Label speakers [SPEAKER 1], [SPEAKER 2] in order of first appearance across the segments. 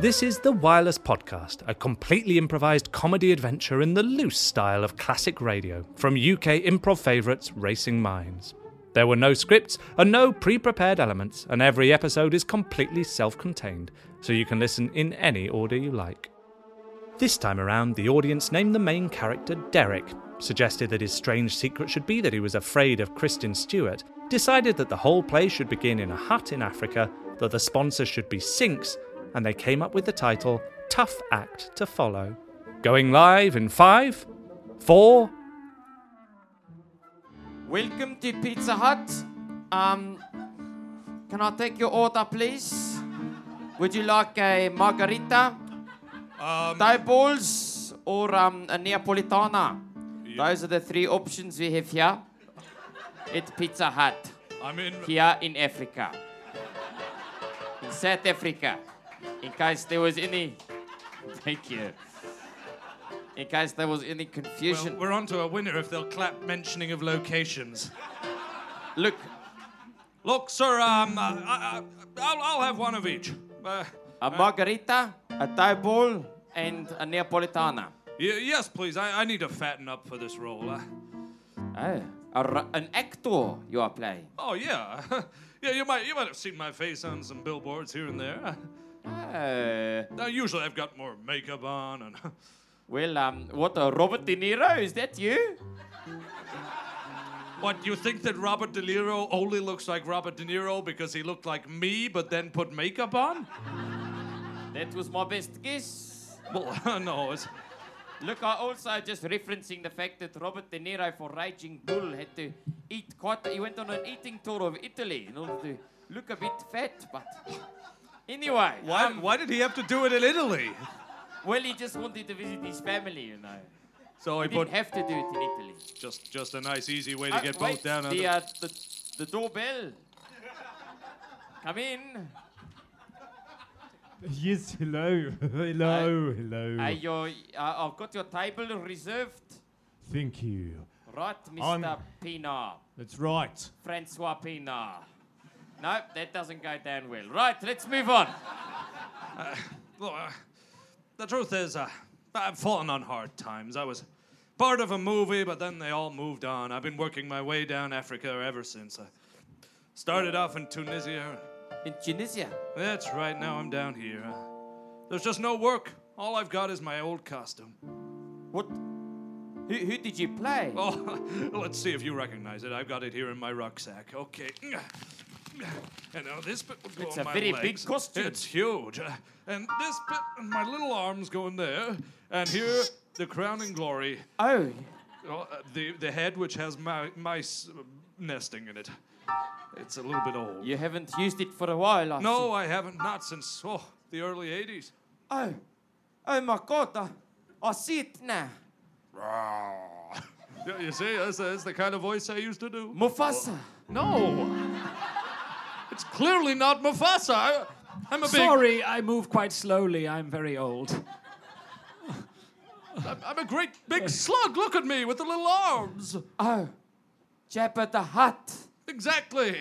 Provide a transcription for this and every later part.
[SPEAKER 1] This is The Wireless Podcast, a completely improvised comedy adventure in the loose style of classic radio from UK improv favourites Racing Minds. There were no scripts and no pre prepared elements, and every episode is completely self contained, so you can listen in any order you like. This time around, the audience named the main character Derek, suggested that his strange secret should be that he was afraid of Kristen Stewart, decided that the whole play should begin in a hut in Africa, that the sponsor should be Sinks, and they came up with the title Tough Act to Follow. Going live in five, four,
[SPEAKER 2] Welcome to Pizza Hut. Um, can I take your order, please? Would you like a margarita,
[SPEAKER 3] Um,
[SPEAKER 2] thai balls, or um, a Neapolitana? Those are the three options we have here at Pizza Hut,
[SPEAKER 3] I'm in.
[SPEAKER 2] here in Africa, in South Africa. In case there was any, thank you. In case there was any
[SPEAKER 3] Well,
[SPEAKER 2] confusion,
[SPEAKER 3] we're on to a winner if they'll clap mentioning of locations.
[SPEAKER 2] look,
[SPEAKER 3] Look, sir, um, I, I, I'll, I'll have one of each. Uh,
[SPEAKER 2] a margarita, a thai ball, and a Neapolitana.
[SPEAKER 3] y- yes, please. I, I need to fatten up for this role. Uh,
[SPEAKER 2] Oh, a r- an actor you are playing.
[SPEAKER 3] oh yeah, yeah. You might you might have seen my face on some billboards here and there.
[SPEAKER 2] Oh,
[SPEAKER 3] Now usually I've got more makeup on and.
[SPEAKER 2] well, um, what a Robert De Niro? Is that you?
[SPEAKER 3] What, you think that Robert De Niro only looks like Robert De Niro because he looked like me but then put makeup on?
[SPEAKER 2] That was my best guess.
[SPEAKER 3] Well, no, it's.
[SPEAKER 2] Look, I also just referencing the fact that Robert De Niro for Raging Bull had to eat quite. He went on an eating tour of Italy in order to look a bit fat, but. Anyway,
[SPEAKER 3] Why,
[SPEAKER 2] um,
[SPEAKER 3] why did he have to do it in Italy?
[SPEAKER 2] well, he just wanted to visit his family, you know.
[SPEAKER 3] So he
[SPEAKER 2] He didn't
[SPEAKER 3] put
[SPEAKER 2] have to do it in Italy.
[SPEAKER 3] Just, just a nice, easy way to
[SPEAKER 2] Uh,
[SPEAKER 3] get
[SPEAKER 2] wait,
[SPEAKER 3] both down.
[SPEAKER 2] the,
[SPEAKER 3] under.
[SPEAKER 2] uh, the, the doorbell. Come in.
[SPEAKER 4] Yes, hello, hello, hello.
[SPEAKER 2] Uh, your, uh, I've got your table reserved.
[SPEAKER 4] Thank you.
[SPEAKER 2] Right,
[SPEAKER 4] I'm-
[SPEAKER 2] mister Pina.
[SPEAKER 4] That's right.
[SPEAKER 2] Francois Pina. No, that doesn't go down well. Right, let's move on.
[SPEAKER 3] Well, uh, the truth is, uh, I've fallen on hard times. I was part of a movie, but then they all moved on. I've been working my way down Africa ever since. I started off in Tunisia.
[SPEAKER 2] In Tunisia.
[SPEAKER 3] That's right. Now I'm down here. Uh, there's just no work. All I've got is my old costume.
[SPEAKER 2] What? Who, who did you play?
[SPEAKER 3] Oh, let's see if you recognize it. I've got it here in my rucksack. Okay. And now this bit will go
[SPEAKER 2] It's
[SPEAKER 3] on
[SPEAKER 2] a
[SPEAKER 3] my
[SPEAKER 2] very big
[SPEAKER 3] legs.
[SPEAKER 2] costume.
[SPEAKER 3] It's huge. Uh, And this bit, and my little arms go in there. And here, the crowning glory,
[SPEAKER 2] Oh,
[SPEAKER 3] uh, the the head which has my, mice uh, nesting in it. It's a little bit old.
[SPEAKER 2] you haven't used it for a while, I see.
[SPEAKER 3] No, I haven't. Not since oh the early '80s.
[SPEAKER 2] Oh, oh my God, I, I see it now.
[SPEAKER 3] Yeah, you see, that's, that's the kind of voice I used to do.
[SPEAKER 2] Mufasa.
[SPEAKER 3] No. It's clearly not Mufasa. I, I'm a big.
[SPEAKER 5] Sorry, I move quite slowly. I'm very old.
[SPEAKER 3] I'm, I'm a great big slug. Look at me with the little arms.
[SPEAKER 2] Oh, Jabba the Hutt.
[SPEAKER 3] Exactly.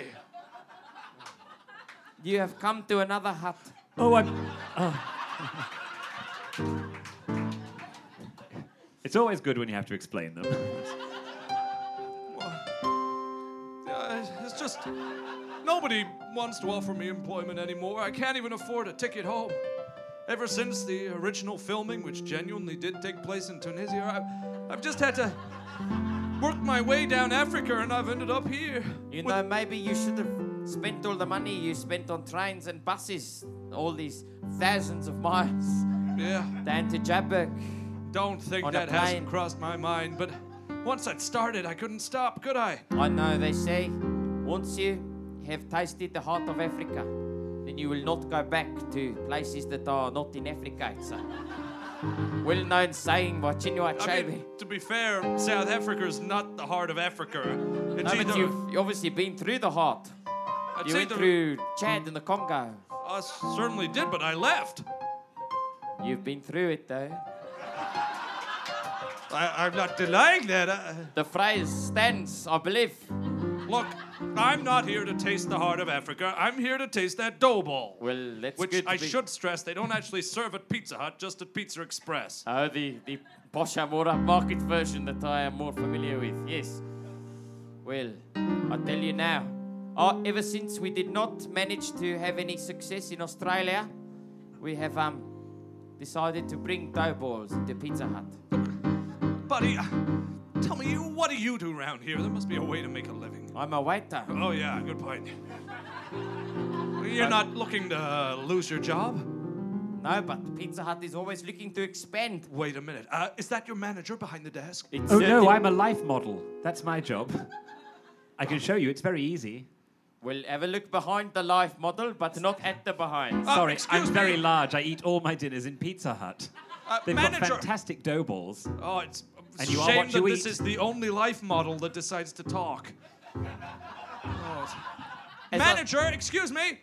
[SPEAKER 2] You have come to another hut.
[SPEAKER 5] Oh, I'm.
[SPEAKER 2] uh,
[SPEAKER 6] It's always good when you have to explain them.
[SPEAKER 3] Yeah, it's just nobody wants to offer me employment anymore. I can't even afford a ticket home. Ever since the original filming, which genuinely did take place in Tunisia, I've, I've just had to work my way down Africa, and I've ended up here.
[SPEAKER 2] You
[SPEAKER 3] with-
[SPEAKER 2] know, maybe you should have spent all the money you spent on trains and buses, all these thousands of miles
[SPEAKER 3] yeah.
[SPEAKER 2] down to Jabberg.
[SPEAKER 3] Don't think
[SPEAKER 2] On a
[SPEAKER 3] that hasn't
[SPEAKER 2] plane.
[SPEAKER 3] crossed my mind, but once I'd started, I couldn't stop, could I?
[SPEAKER 2] I know they say once you have tasted the heart of Africa, then you will not go back to places that are not in Africa. It's a well known saying by Chinua
[SPEAKER 3] I
[SPEAKER 2] Achebe.
[SPEAKER 3] mean, to be fair, South Africa's not the heart of Africa.
[SPEAKER 2] no,
[SPEAKER 3] It's
[SPEAKER 2] but
[SPEAKER 3] either,
[SPEAKER 2] you've obviously been through the heart.
[SPEAKER 3] it's
[SPEAKER 2] You went
[SPEAKER 3] either-
[SPEAKER 2] through Chad and the Congo.
[SPEAKER 3] I certainly did, but I left.
[SPEAKER 2] You've been through it though.
[SPEAKER 3] I, I'm not denying that. I,
[SPEAKER 2] The phrase stands, I believe.
[SPEAKER 3] Look, I'm not here to taste the heart of Africa. I'm here to taste that dough ball.
[SPEAKER 7] Well, that's
[SPEAKER 3] which
[SPEAKER 7] good.
[SPEAKER 3] I
[SPEAKER 7] to be-
[SPEAKER 3] should stress, they don't actually serve at Pizza Hut, just at Pizza Express.
[SPEAKER 2] Uh.
[SPEAKER 7] Oh, the, the Bosha more upmarket version that I am more familiar with, yes. Well, I tell you now, uh, ever since we did not manage to have any success in Australia, we have um, decided to bring dough balls into Pizza Hut.
[SPEAKER 3] Buddy, uh, tell me, you, what do you do around here? There must be a way to make a living.
[SPEAKER 7] I'm a waiter.
[SPEAKER 3] Oh, yeah, good point. You're not looking to uh, lose your job?
[SPEAKER 7] No, but Pizza Hut is always looking to expand.
[SPEAKER 3] Wait a minute. Uh, is that your manager behind the desk?
[SPEAKER 7] It
[SPEAKER 2] Oh
[SPEAKER 7] certainly-
[SPEAKER 2] no, I'm a life model. That's my job. I can show you. It's very easy.
[SPEAKER 7] Well, have a look behind the life model, but not at the behind.
[SPEAKER 3] Uh,
[SPEAKER 2] Sorry,
[SPEAKER 3] excuse
[SPEAKER 2] I'm
[SPEAKER 3] me.
[SPEAKER 2] very large. I eat all my dinners in Pizza Hut.
[SPEAKER 3] Uh,
[SPEAKER 2] They've got
[SPEAKER 3] manager.
[SPEAKER 2] fantastic dough balls.
[SPEAKER 3] Oh, it's a
[SPEAKER 2] And you are
[SPEAKER 3] shame
[SPEAKER 2] what
[SPEAKER 3] that
[SPEAKER 2] you
[SPEAKER 3] this
[SPEAKER 2] eat.
[SPEAKER 3] is the only life model that decides to talk. Oh, it's-
[SPEAKER 7] As I-
[SPEAKER 3] manager, excuse me.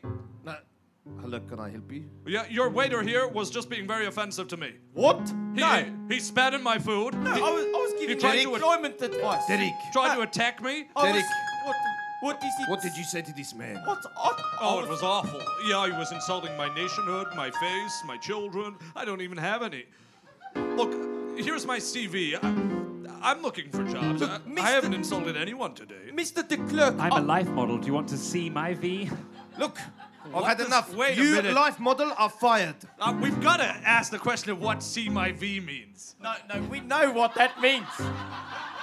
[SPEAKER 8] Hello, can I help you?
[SPEAKER 3] Yeah, your waiter here was just being very offensive to me.
[SPEAKER 8] What?
[SPEAKER 3] He,
[SPEAKER 8] no.
[SPEAKER 3] he spat in my food.
[SPEAKER 8] No, I was, I was
[SPEAKER 3] he
[SPEAKER 8] giving
[SPEAKER 3] tried
[SPEAKER 8] you
[SPEAKER 3] to a-
[SPEAKER 8] employment advice. Derek.
[SPEAKER 3] Tried to attack me.
[SPEAKER 8] I was- Derek. what,
[SPEAKER 7] What is it?
[SPEAKER 8] what did you say to this man?
[SPEAKER 7] What? on-
[SPEAKER 3] Oh, it was awful. Yeah, he was insulting my nationhood, my face, my children. I don't even have any. Look, here's my CV. I, I'm looking for jobs.
[SPEAKER 8] Look,
[SPEAKER 3] I-
[SPEAKER 8] Mr.
[SPEAKER 3] I haven't insulted anyone today.
[SPEAKER 8] Mr. De Klerk,
[SPEAKER 2] I'm
[SPEAKER 7] Oh,
[SPEAKER 8] I-
[SPEAKER 2] a life model. Do you want to see my V?
[SPEAKER 8] look, I've
[SPEAKER 3] What
[SPEAKER 8] had
[SPEAKER 3] the-
[SPEAKER 8] enough.
[SPEAKER 3] wait a
[SPEAKER 8] you
[SPEAKER 3] minute.
[SPEAKER 8] life model are fired.
[SPEAKER 3] Uh, we've got to ask the question of what C my V means.
[SPEAKER 7] No, no, we know what that means.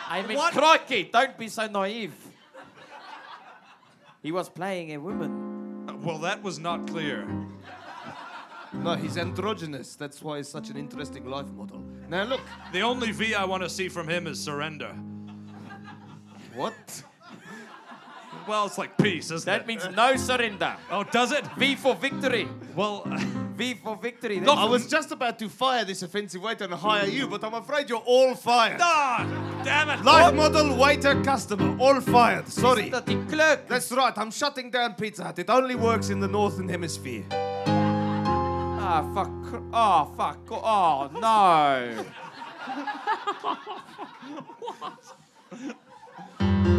[SPEAKER 7] I mean,
[SPEAKER 8] What?
[SPEAKER 7] crikey, don't be so naive. He was playing a woman.
[SPEAKER 3] Uh, well, that was not clear.
[SPEAKER 8] No, he's androgynous. That's why he's such an interesting life model. Now look,
[SPEAKER 3] The only V I want to see from him is surrender.
[SPEAKER 8] what?
[SPEAKER 3] Well, it's like peace, isn't
[SPEAKER 7] That
[SPEAKER 3] it?
[SPEAKER 7] means no surrender.
[SPEAKER 3] oh, does it?
[SPEAKER 7] V for victory.
[SPEAKER 3] Well,
[SPEAKER 7] V for victory.
[SPEAKER 8] I was just about to fire this offensive waiter and hire you, but I'm afraid you're all fired.
[SPEAKER 3] ah, damn it.
[SPEAKER 8] Life model, waiter, customer, all fired. Sorry.
[SPEAKER 7] That's the clerk.
[SPEAKER 8] That's right. I'm shutting down Pizza Hut. It only works in the northern hemisphere.
[SPEAKER 7] Ah, fuck. Oh, fuck. Oh, no.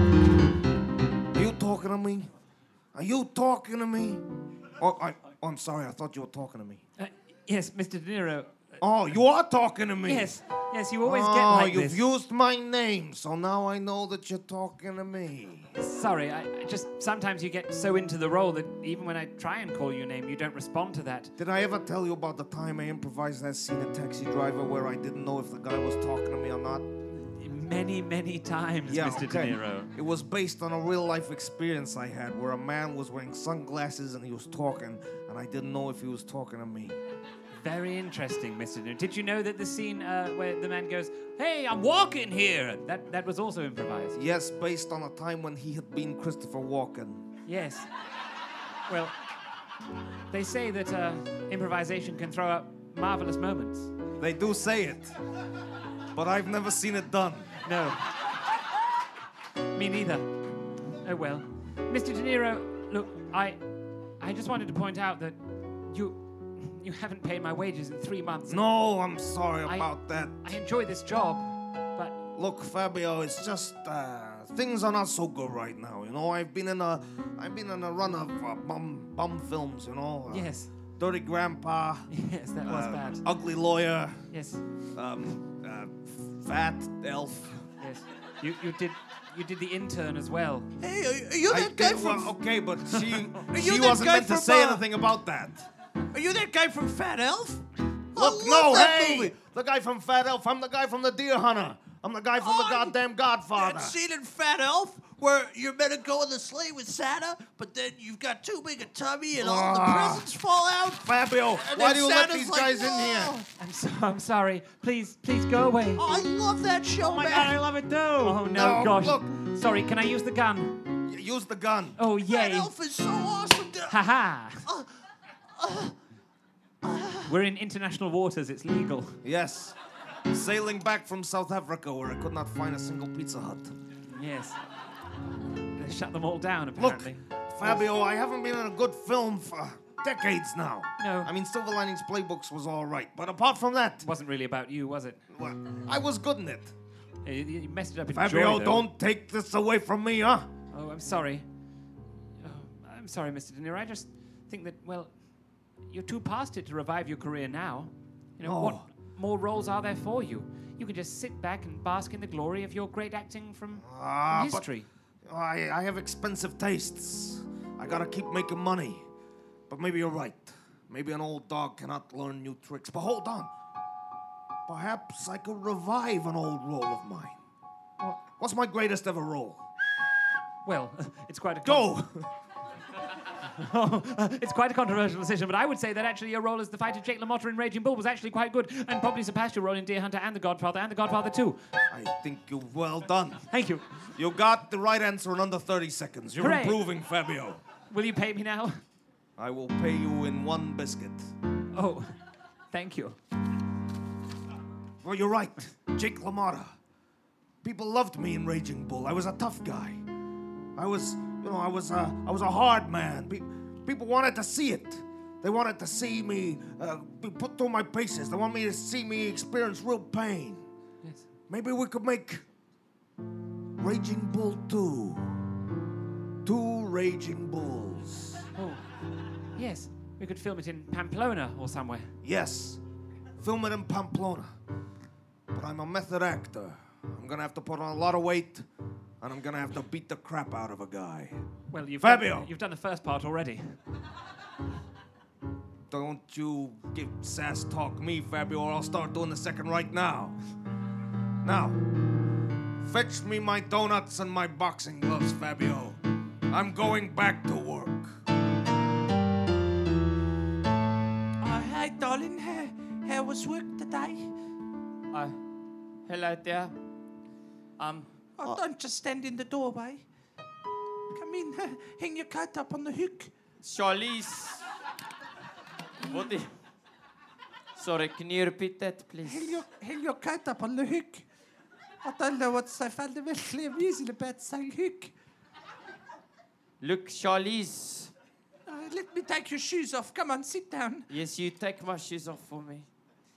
[SPEAKER 8] Are you talking to me? Are you talking to me? Oh, I, I'm sorry. I thought you were talking to me.
[SPEAKER 2] yes, Mr. De Niro.
[SPEAKER 8] Oh, you are talking to me.
[SPEAKER 2] yes, you always
[SPEAKER 8] oh, you've used my name, so now I know that you're talking to me.
[SPEAKER 2] Sorry, I, I just sometimes you get so into the role that even when I try and call your name, you don't respond to that.
[SPEAKER 8] Did I ever tell you about the time I improvised that scene in Taxi Driver where I didn't know if the guy was talking to me or not?
[SPEAKER 2] Many, many times, Mr.
[SPEAKER 8] okay.
[SPEAKER 2] De Niro.
[SPEAKER 8] It was based on a real life experience I had where a man was wearing sunglasses and he was talking, and I didn't know if he was talking to me.
[SPEAKER 2] Very interesting, Mr. De Niro. Did you know that the scene uh, where the man goes, "Hey, I'm walking here," that that was also improvised?
[SPEAKER 8] Yes, based on a time when he had been Christopher Walken.
[SPEAKER 2] Yes. Well, they say that uh, improvisation can throw up marvelous moments.
[SPEAKER 8] They do say it, but I've never seen it done.
[SPEAKER 2] No. Me neither. Oh well. Mr. De Niro, look, I I just wanted to point out that you you haven't paid my wages in three months.
[SPEAKER 8] No, I'm sorry
[SPEAKER 2] I-
[SPEAKER 8] about that.
[SPEAKER 2] I enjoy this job, but
[SPEAKER 8] Look, Fabio, it's just uh, things are not so good right now. You know, I've been in a, I've been in a run of uh, bum bum films. You know, uh,
[SPEAKER 2] yes.
[SPEAKER 8] Dirty Grandpa,
[SPEAKER 2] Yes, that was
[SPEAKER 9] Um,
[SPEAKER 8] uh,
[SPEAKER 2] bad.
[SPEAKER 9] oh.
[SPEAKER 8] Ugly Lawyer,
[SPEAKER 2] Yes.
[SPEAKER 8] um, uh, Fat Elf.
[SPEAKER 2] Yes. You you did you did the intern as well.
[SPEAKER 9] Hey, are you
[SPEAKER 8] I-
[SPEAKER 9] that guy
[SPEAKER 8] yeah, well,
[SPEAKER 9] from?
[SPEAKER 8] okay, but she
[SPEAKER 9] you
[SPEAKER 8] she
[SPEAKER 9] that
[SPEAKER 8] wasn't
[SPEAKER 9] guy
[SPEAKER 8] meant to
[SPEAKER 9] from,
[SPEAKER 8] say
[SPEAKER 9] uh,
[SPEAKER 8] anything about that.
[SPEAKER 9] Are you that guy from Fat Elf?
[SPEAKER 8] Look,
[SPEAKER 9] I love
[SPEAKER 8] no,
[SPEAKER 9] that
[SPEAKER 8] hey!
[SPEAKER 9] movie.
[SPEAKER 8] The guy from Fat Elf. I'm the guy from The Deer Hunter. I'm the guy from The
[SPEAKER 9] Oh,
[SPEAKER 8] Goddamn Godfather.
[SPEAKER 9] That scene in Fat Elf where you're meant to go in the sleigh with Santa, but then you've got too big a tummy and all the
[SPEAKER 8] Ah.
[SPEAKER 9] presents fall out.
[SPEAKER 8] Fabio,
[SPEAKER 9] and
[SPEAKER 8] why
[SPEAKER 9] then
[SPEAKER 8] do you let
[SPEAKER 9] Santa's
[SPEAKER 8] these
[SPEAKER 9] like,
[SPEAKER 8] guys in
[SPEAKER 9] "Whoa."
[SPEAKER 8] here?
[SPEAKER 2] I'm so I'm sorry. Please, please go away.
[SPEAKER 9] Oh, I love that show,
[SPEAKER 2] my
[SPEAKER 9] man.
[SPEAKER 2] god, I love it too. Oh no,
[SPEAKER 8] No,
[SPEAKER 2] gosh.
[SPEAKER 8] look.
[SPEAKER 2] Sorry, can I use the gun?
[SPEAKER 8] Y- Use the gun.
[SPEAKER 2] Oh
[SPEAKER 9] Fat
[SPEAKER 2] yay.
[SPEAKER 9] Elf is so awesome. dude. Uh,
[SPEAKER 2] Haha. We're in international waters, it's legal.
[SPEAKER 8] Yes. Sailing back from South Africa where I could not find a single Pizza Hut.
[SPEAKER 2] Yes. They shut them all down,
[SPEAKER 8] Look,
[SPEAKER 2] apparently.
[SPEAKER 8] Fabio, I haven't been in a good film for decades now.
[SPEAKER 2] No.
[SPEAKER 8] I mean, Silver Linings Playbooks was all right, but apart from that,
[SPEAKER 2] Wasn't really about you, was it?
[SPEAKER 8] well, I was good in it.
[SPEAKER 2] You you messed it up in joy,
[SPEAKER 8] Fabio,
[SPEAKER 2] though.
[SPEAKER 8] don't take this away from me, huh?
[SPEAKER 2] Oh, I'm sorry. Oh, I'm sorry, Mr. De Niro. I just think that, well, you're too past it to revive your career now. You know, what
[SPEAKER 8] Oh.
[SPEAKER 2] more roles are there for you? You can just sit back and bask in the glory of your great acting from, from
[SPEAKER 8] Ah, but-
[SPEAKER 2] history.
[SPEAKER 8] I, I have expensive tastes. I gotta keep making money. But maybe you're right. Maybe an old dog cannot learn new tricks. But hold on. Perhaps I could revive an old role of mine. What's my greatest ever role?
[SPEAKER 2] Well, it's quite a con-
[SPEAKER 8] Go!
[SPEAKER 2] it's quite a controversial decision, but I would say that actually your role as the fighter Jake LaMotta in Raging Bull was actually quite good, and probably surpassed your role in Deer Hunter and The Godfather and The Godfather 2.
[SPEAKER 8] I think you've well done.
[SPEAKER 2] Thank you.
[SPEAKER 8] You got the right answer in under 30 seconds. You're
[SPEAKER 2] Hooray.
[SPEAKER 8] improving, Fabio.
[SPEAKER 2] Will you pay me now?
[SPEAKER 8] I will pay you in one biscuit.
[SPEAKER 2] Oh, thank you.
[SPEAKER 8] Well, you're right. Jake LaMotta. People loved me in Raging Bull. I was a tough guy. I was, you know, I was a, I was a hard man. Pe- people wanted to see it. They wanted to see me uh, be put through my paces. They want me to see me experience real pain.
[SPEAKER 2] Yes.
[SPEAKER 8] Maybe we could make Raging Bull 2. Two Raging Bulls.
[SPEAKER 2] Oh, yes. We could film it in Pamplona or somewhere.
[SPEAKER 8] Yes, film it in Pamplona. But I'm a method actor. I'm gonna have to put on a lot of weight, and I'm gonna have to beat the crap out of a guy.
[SPEAKER 2] Well, you've
[SPEAKER 8] Fabio!
[SPEAKER 2] Done, you've done the first part already.
[SPEAKER 8] Don't you give sass talk me, Fabio, or I'll start doing the second right now. Now, fetch me my donuts and my boxing gloves, Fabio. I'm going back to work.
[SPEAKER 9] Uh, hi, darling. How, how was work today?
[SPEAKER 7] Uh, hello there. Um,
[SPEAKER 9] Oh, don't just stand in the doorway. Come in. Hang your coat up on the hook.
[SPEAKER 7] Charlize. What the? Sorry, can you repeat that,
[SPEAKER 9] Hang
[SPEAKER 7] please?
[SPEAKER 9] your, hang your coat up on the hook. I don't know what's so fundamentally amusing about saying hook.
[SPEAKER 7] Look, Charlize.
[SPEAKER 9] Uh, let me take your shoes off. Come on, sit down.
[SPEAKER 7] Yes, you take my shoes off for me.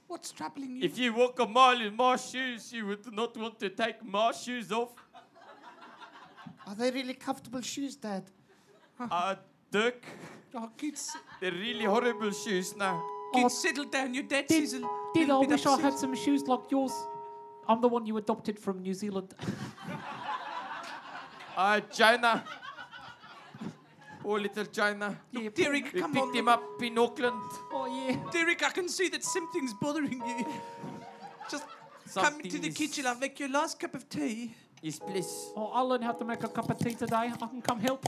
[SPEAKER 9] What's troubling you?
[SPEAKER 7] If you walk a mile in my shoes, you would not want to take my shoes off.
[SPEAKER 8] Are they really comfortable shoes, Dad?
[SPEAKER 7] Uh, Dirk,
[SPEAKER 9] Oh, kids,
[SPEAKER 7] they're really horrible shoes now.
[SPEAKER 9] kids settle down. Your dad
[SPEAKER 2] Did,
[SPEAKER 9] is a
[SPEAKER 2] did I
[SPEAKER 9] little bit
[SPEAKER 2] wish I
[SPEAKER 9] upset.
[SPEAKER 2] had some shoes like yours? I'm the one you adopted from New Zealand.
[SPEAKER 7] Uh, China. Poor little China.
[SPEAKER 2] yeah,
[SPEAKER 9] Derek,
[SPEAKER 7] We
[SPEAKER 9] come
[SPEAKER 7] picked
[SPEAKER 9] on.
[SPEAKER 7] him up in Auckland.
[SPEAKER 2] oh, yeah.
[SPEAKER 9] Derek, I can see that something's bothering you. Just come into
[SPEAKER 7] Something
[SPEAKER 9] the
[SPEAKER 7] is-
[SPEAKER 9] kitchen. I'll make your last cup of tea.
[SPEAKER 7] Yes, please.
[SPEAKER 2] Oh, I'll learn how to make a cup of tea today. I can come help.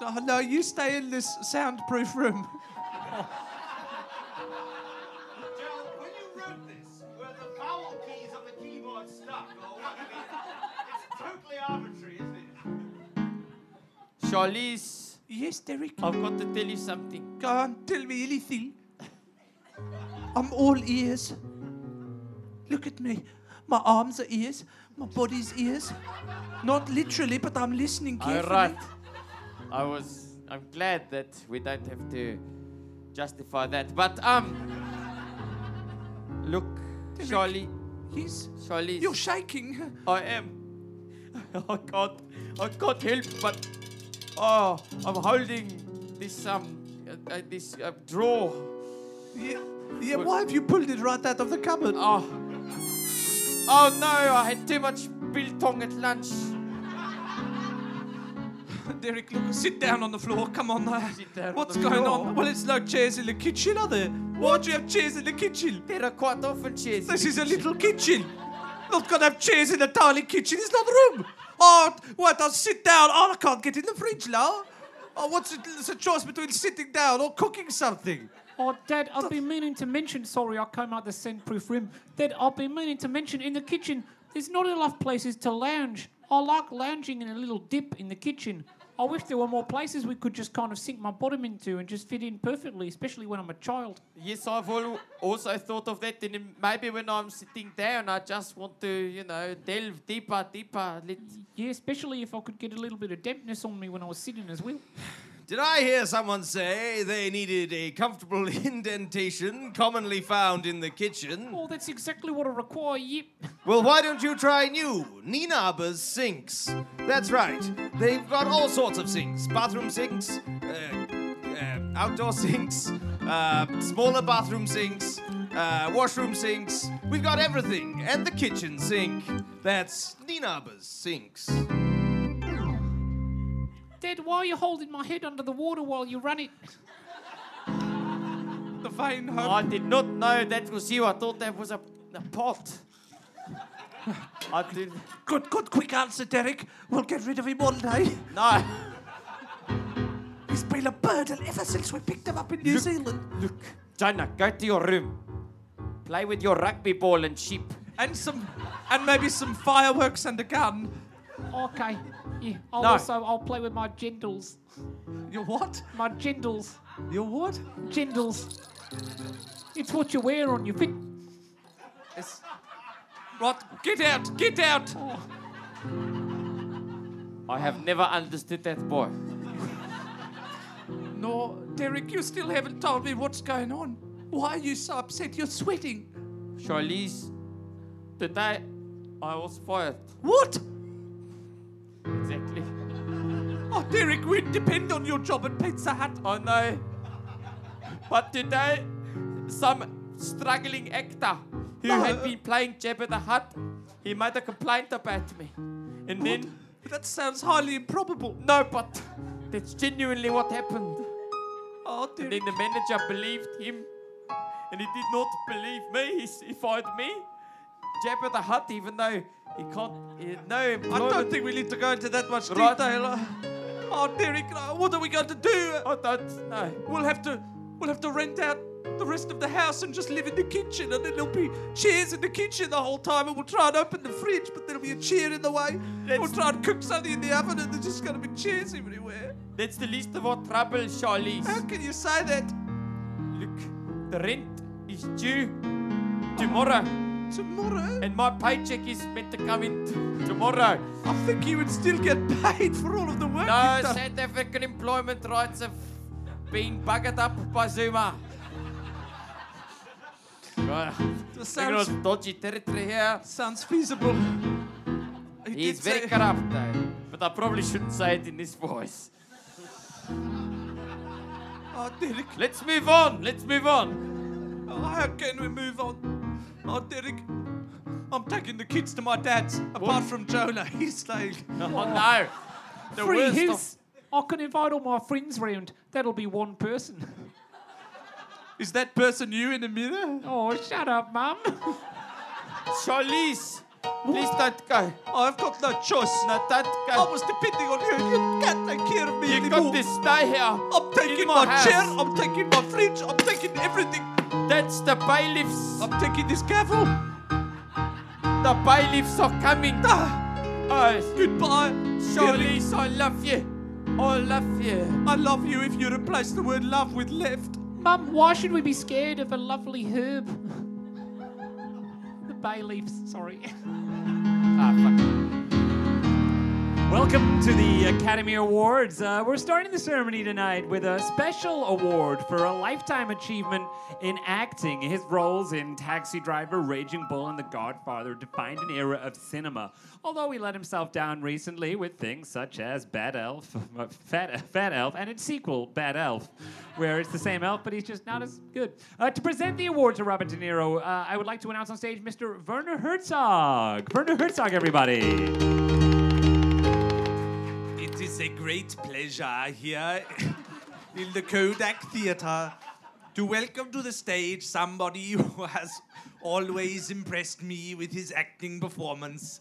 [SPEAKER 9] Oh, no, you stay in this soundproof room.
[SPEAKER 8] Gerald, when you wrote this, were the vowel keys on the keyboard stuck, or what? I mean, it's totally arbitrary, isn't it?
[SPEAKER 7] Charlize,
[SPEAKER 9] Yes, Derek.
[SPEAKER 7] I've got to tell you something.
[SPEAKER 9] Go on, tell me anything. I'm all ears. Look at me. My arms are ears. My body's ears. Not literally, but I'm listening
[SPEAKER 7] All
[SPEAKER 9] carefully.
[SPEAKER 7] right. I was. I'm glad that we don't have to justify that. But um, look, Charlie,
[SPEAKER 9] Yes.
[SPEAKER 7] Charlie,
[SPEAKER 9] You're shaking.
[SPEAKER 7] I am. I can't. I can't help but. Oh, I'm holding this um, uh, uh, this uh, drawer.
[SPEAKER 9] Yeah, yeah why have you pulled it right out of the cupboard?
[SPEAKER 7] Oh. Oh no! I had too much biltong at lunch.
[SPEAKER 9] Derek, look, sit down on the floor. Come on. uh,
[SPEAKER 7] Uh, Sit down on
[SPEAKER 9] What's
[SPEAKER 7] the
[SPEAKER 9] going
[SPEAKER 7] floor.
[SPEAKER 9] on? Well, it's no chairs in the kitchen, are there? Why'd you have chairs in the kitchen?
[SPEAKER 7] There are quite often cheers.
[SPEAKER 9] This is a little kitchen. Not gonna have chairs in a tiny kitchen. It's not room. Oh, what? I'll sit down. Oh, I can't get in the fridge now. Oh, what's it? It's a choice between sitting down or cooking something.
[SPEAKER 2] Oh, Dad, I've been meaning to mention. Sorry, I came out the soundproof room. Dad, I've been meaning to mention in the kitchen, there's not enough places to lounge. I like lounging in a little dip in the kitchen. I wish there were more places we could just kind of sink my bottom into and just fit in perfectly, especially when I'm a child.
[SPEAKER 7] Yes, I've al- also thought of that, and then maybe when I'm sitting down, I just want to, you know, delve deeper, deeper. Let-
[SPEAKER 2] Yeah, especially if I could get a little bit of dampness on me when I was sitting as well.
[SPEAKER 8] Did I hear someone say they needed a comfortable indentation commonly found in the kitchen?
[SPEAKER 10] Oh, that's exactly what I require. Yep.
[SPEAKER 8] Well, why don't you try new Ninaba's sinks? That's right. They've got all sorts of sinks bathroom sinks, uh, uh, outdoor sinks, uh, smaller bathroom sinks, uh, washroom sinks. We've got everything, and the kitchen sink. That's Ninaba's sinks.
[SPEAKER 10] Dad, why are you holding my head under the water while you run it?
[SPEAKER 3] The fine herb.
[SPEAKER 7] I did not know that was you. I thought that was a, a pot. I did.
[SPEAKER 3] Good, good, quick answer, Derek. We'll get rid of him one day.
[SPEAKER 7] No.
[SPEAKER 3] He's been a burden ever since we picked him up in New Zealand.
[SPEAKER 7] Look, Jana, go to your room. Play with your rugby ball and sheep.
[SPEAKER 3] And some, and maybe some fireworks and a gun.
[SPEAKER 10] Okay. Yeah, I'll
[SPEAKER 7] No.
[SPEAKER 10] also I'll play with my gendles.
[SPEAKER 3] Your what?
[SPEAKER 10] My gendles.
[SPEAKER 3] Your what?
[SPEAKER 10] Gendles. It's what you wear on your fit.
[SPEAKER 3] Right, get out, get out.
[SPEAKER 7] I have never understood that boy.
[SPEAKER 3] No, Derek, you still haven't told me what's going on. Why are you so upset? You're sweating.
[SPEAKER 7] Charlize, today I was fired.
[SPEAKER 3] What?
[SPEAKER 7] Exactly.
[SPEAKER 3] Oh, Derek, we depend on your job at Pizza Hut.
[SPEAKER 7] I know. But today, some struggling actor who
[SPEAKER 3] Uh,
[SPEAKER 7] had been playing Jabba the Hutt, he made a complaint about me. And then,
[SPEAKER 3] That sounds highly improbable.
[SPEAKER 7] no, but that's genuinely what happened.
[SPEAKER 3] Oh,
[SPEAKER 7] And
[SPEAKER 3] Derek.
[SPEAKER 7] then the manager believed him, and he did not believe me. He, s- he fired me. Jabba the Hutt, even though he can't, he, no
[SPEAKER 3] I
[SPEAKER 7] employment.
[SPEAKER 3] don't think we need to go into that much
[SPEAKER 7] Right.
[SPEAKER 3] detail. Oh, Derek, uh, what are we going to do?
[SPEAKER 7] I don't know.
[SPEAKER 3] We'll have to we'll have to rent out the rest of the house and just live in the kitchen and then there'll be chairs in the kitchen the whole time and we'll try and open the fridge but there'll be a chair in the way. we'll try and cook something in the oven and there's just gonna be chairs everywhere.
[SPEAKER 7] That's the least of our trouble,
[SPEAKER 3] How
[SPEAKER 7] Charlize.
[SPEAKER 3] can you say that?
[SPEAKER 7] Look, the rent is due tomorrow,
[SPEAKER 3] Tomorrow?
[SPEAKER 7] and my paycheck is meant to come in t- tomorrow.
[SPEAKER 3] I think you would still get paid for all of the work
[SPEAKER 7] No,
[SPEAKER 3] you've done.
[SPEAKER 7] South African employment rights have been buggered up by Zuma. Right.
[SPEAKER 3] That
[SPEAKER 7] It was
[SPEAKER 3] sounds,
[SPEAKER 7] dodgy territory here.
[SPEAKER 3] sounds feasible. He
[SPEAKER 7] He's
[SPEAKER 3] did
[SPEAKER 7] very
[SPEAKER 3] say-
[SPEAKER 7] corrupt, though. But I probably shouldn't say it in this voice.
[SPEAKER 3] Oh, Derek,
[SPEAKER 7] Let's move on. Let's move on.
[SPEAKER 3] oh, how can we move on? Oh, Derek, I'm taking the kids to my dad's. Apart from Jonah, he's staying.
[SPEAKER 7] Oh no. The
[SPEAKER 10] Free
[SPEAKER 7] worst
[SPEAKER 10] his. I can invite all my friends round. That'll be one person.
[SPEAKER 3] Is that person you in the mirror?
[SPEAKER 10] Oh, shut up, Mum.
[SPEAKER 7] of Charlize. Please don't go.
[SPEAKER 3] I've got no choice.
[SPEAKER 7] No, don't
[SPEAKER 3] I
[SPEAKER 7] go.
[SPEAKER 3] was depending on you. You can't take care of me
[SPEAKER 7] You
[SPEAKER 3] anymore.
[SPEAKER 7] got to stay here.
[SPEAKER 3] I'm
[SPEAKER 7] in
[SPEAKER 3] taking
[SPEAKER 7] my
[SPEAKER 3] my,
[SPEAKER 7] house.
[SPEAKER 3] chair. Oh, I'm taking my fridge. I'm taking everything.
[SPEAKER 7] That's the bailiffs.
[SPEAKER 3] I'm taking this gavel.
[SPEAKER 7] The bailiffs are coming.
[SPEAKER 3] Ah,
[SPEAKER 7] Oh,
[SPEAKER 3] goodbye. Derek.
[SPEAKER 7] Charlize, I love you. I love you.
[SPEAKER 3] I love you if you replace the word love with left.
[SPEAKER 10] Mum, why should we be scared of a lovely herb? the bay leaves, sorry. Ah,
[SPEAKER 2] Welcome to the Academy Awards. Uh, we're starting the ceremony tonight with a special award for a lifetime achievement in acting. His roles in Taxi Driver, Raging Bull, and The Godfather defined an era of cinema. Although he let himself down recently with things such as Bad Elf, uh, Fat, Fat Elf, and its sequel, Bad Elf, where it's the same elf, but he's just not as good. Uh, to present the award to Robert De Niro, uh, I would like to announce on stage Mr. Werner Herzog. Werner Herzog, everybody.
[SPEAKER 3] It is a great pleasure here in the Kodak Theatre to welcome to the stage somebody who has always impressed me with his acting performance.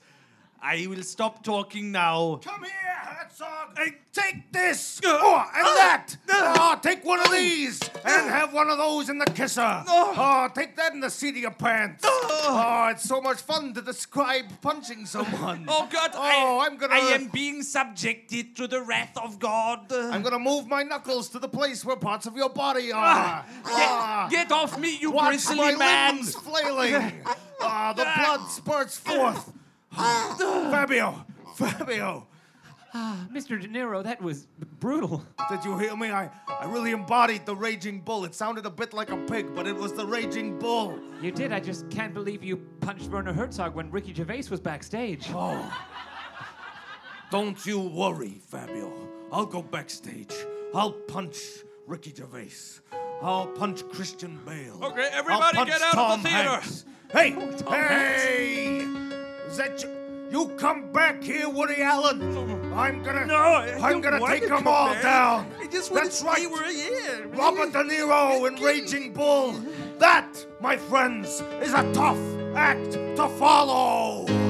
[SPEAKER 3] I will stop talking now.
[SPEAKER 8] Come here, Herzog, and take this, oh, and that. Oh, take one of these, and have one of those in the kisser. Oh, take that in the seat of your pants. Oh, it's so much fun to describe punching someone.
[SPEAKER 3] Oh God!
[SPEAKER 8] Oh,
[SPEAKER 3] I,
[SPEAKER 8] I'm gonna-
[SPEAKER 3] I am being subjected to the wrath of God.
[SPEAKER 8] I'm gonna move my knuckles to the place where parts of your body are. Ah,
[SPEAKER 3] Get, get off me, you
[SPEAKER 8] watch
[SPEAKER 3] grizzly
[SPEAKER 8] my
[SPEAKER 3] man!
[SPEAKER 8] limbs flailing. Ah, the blood spurts forth. Fabio, Fabio,
[SPEAKER 4] Ah, Mr. De Niro, that was brutal.
[SPEAKER 11] Did you hear me? I, I really embodied the raging bull. It sounded a bit like a pig, but it was the raging bull.
[SPEAKER 4] You did. I just can't believe you punched Werner Herzog when Ricky Gervais was backstage.
[SPEAKER 11] Oh. Don't you worry, Fabio. I'll go backstage. I'll punch Ricky Gervais. I'll punch Christian Bale.
[SPEAKER 3] Okay,
[SPEAKER 11] I'll
[SPEAKER 3] everybody
[SPEAKER 11] punch
[SPEAKER 3] get out of
[SPEAKER 11] Tom
[SPEAKER 3] the theater.
[SPEAKER 11] Hanks. Hey! hey! Is that you? You come back here, Woody Allen. I'm gonna.
[SPEAKER 12] No, I
[SPEAKER 11] I'm
[SPEAKER 12] don't
[SPEAKER 11] gonna
[SPEAKER 12] want
[SPEAKER 11] take
[SPEAKER 12] to
[SPEAKER 11] them
[SPEAKER 12] come
[SPEAKER 11] all
[SPEAKER 12] back.
[SPEAKER 11] down.
[SPEAKER 12] I just want
[SPEAKER 11] That's
[SPEAKER 12] to
[SPEAKER 11] right.
[SPEAKER 12] stay where I am.
[SPEAKER 11] Robert De Niro and Raging Bull. That, my friends, is a tough act to follow.
[SPEAKER 7] Oh,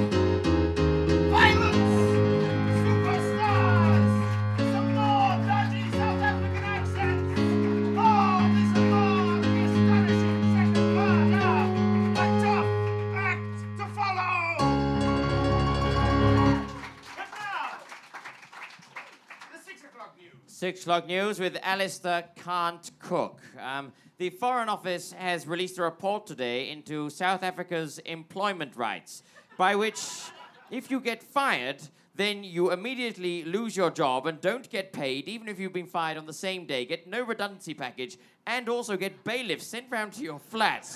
[SPEAKER 7] Six O'Clock News with Alistair Can't Cook. Um, the Foreign Office has released a report today into South Africa's employment rights, by which, if you get fired, then you immediately lose your job and don't get paid, even if you've been fired on the same day, get no redundancy package, and also get bailiffs sent round to your flat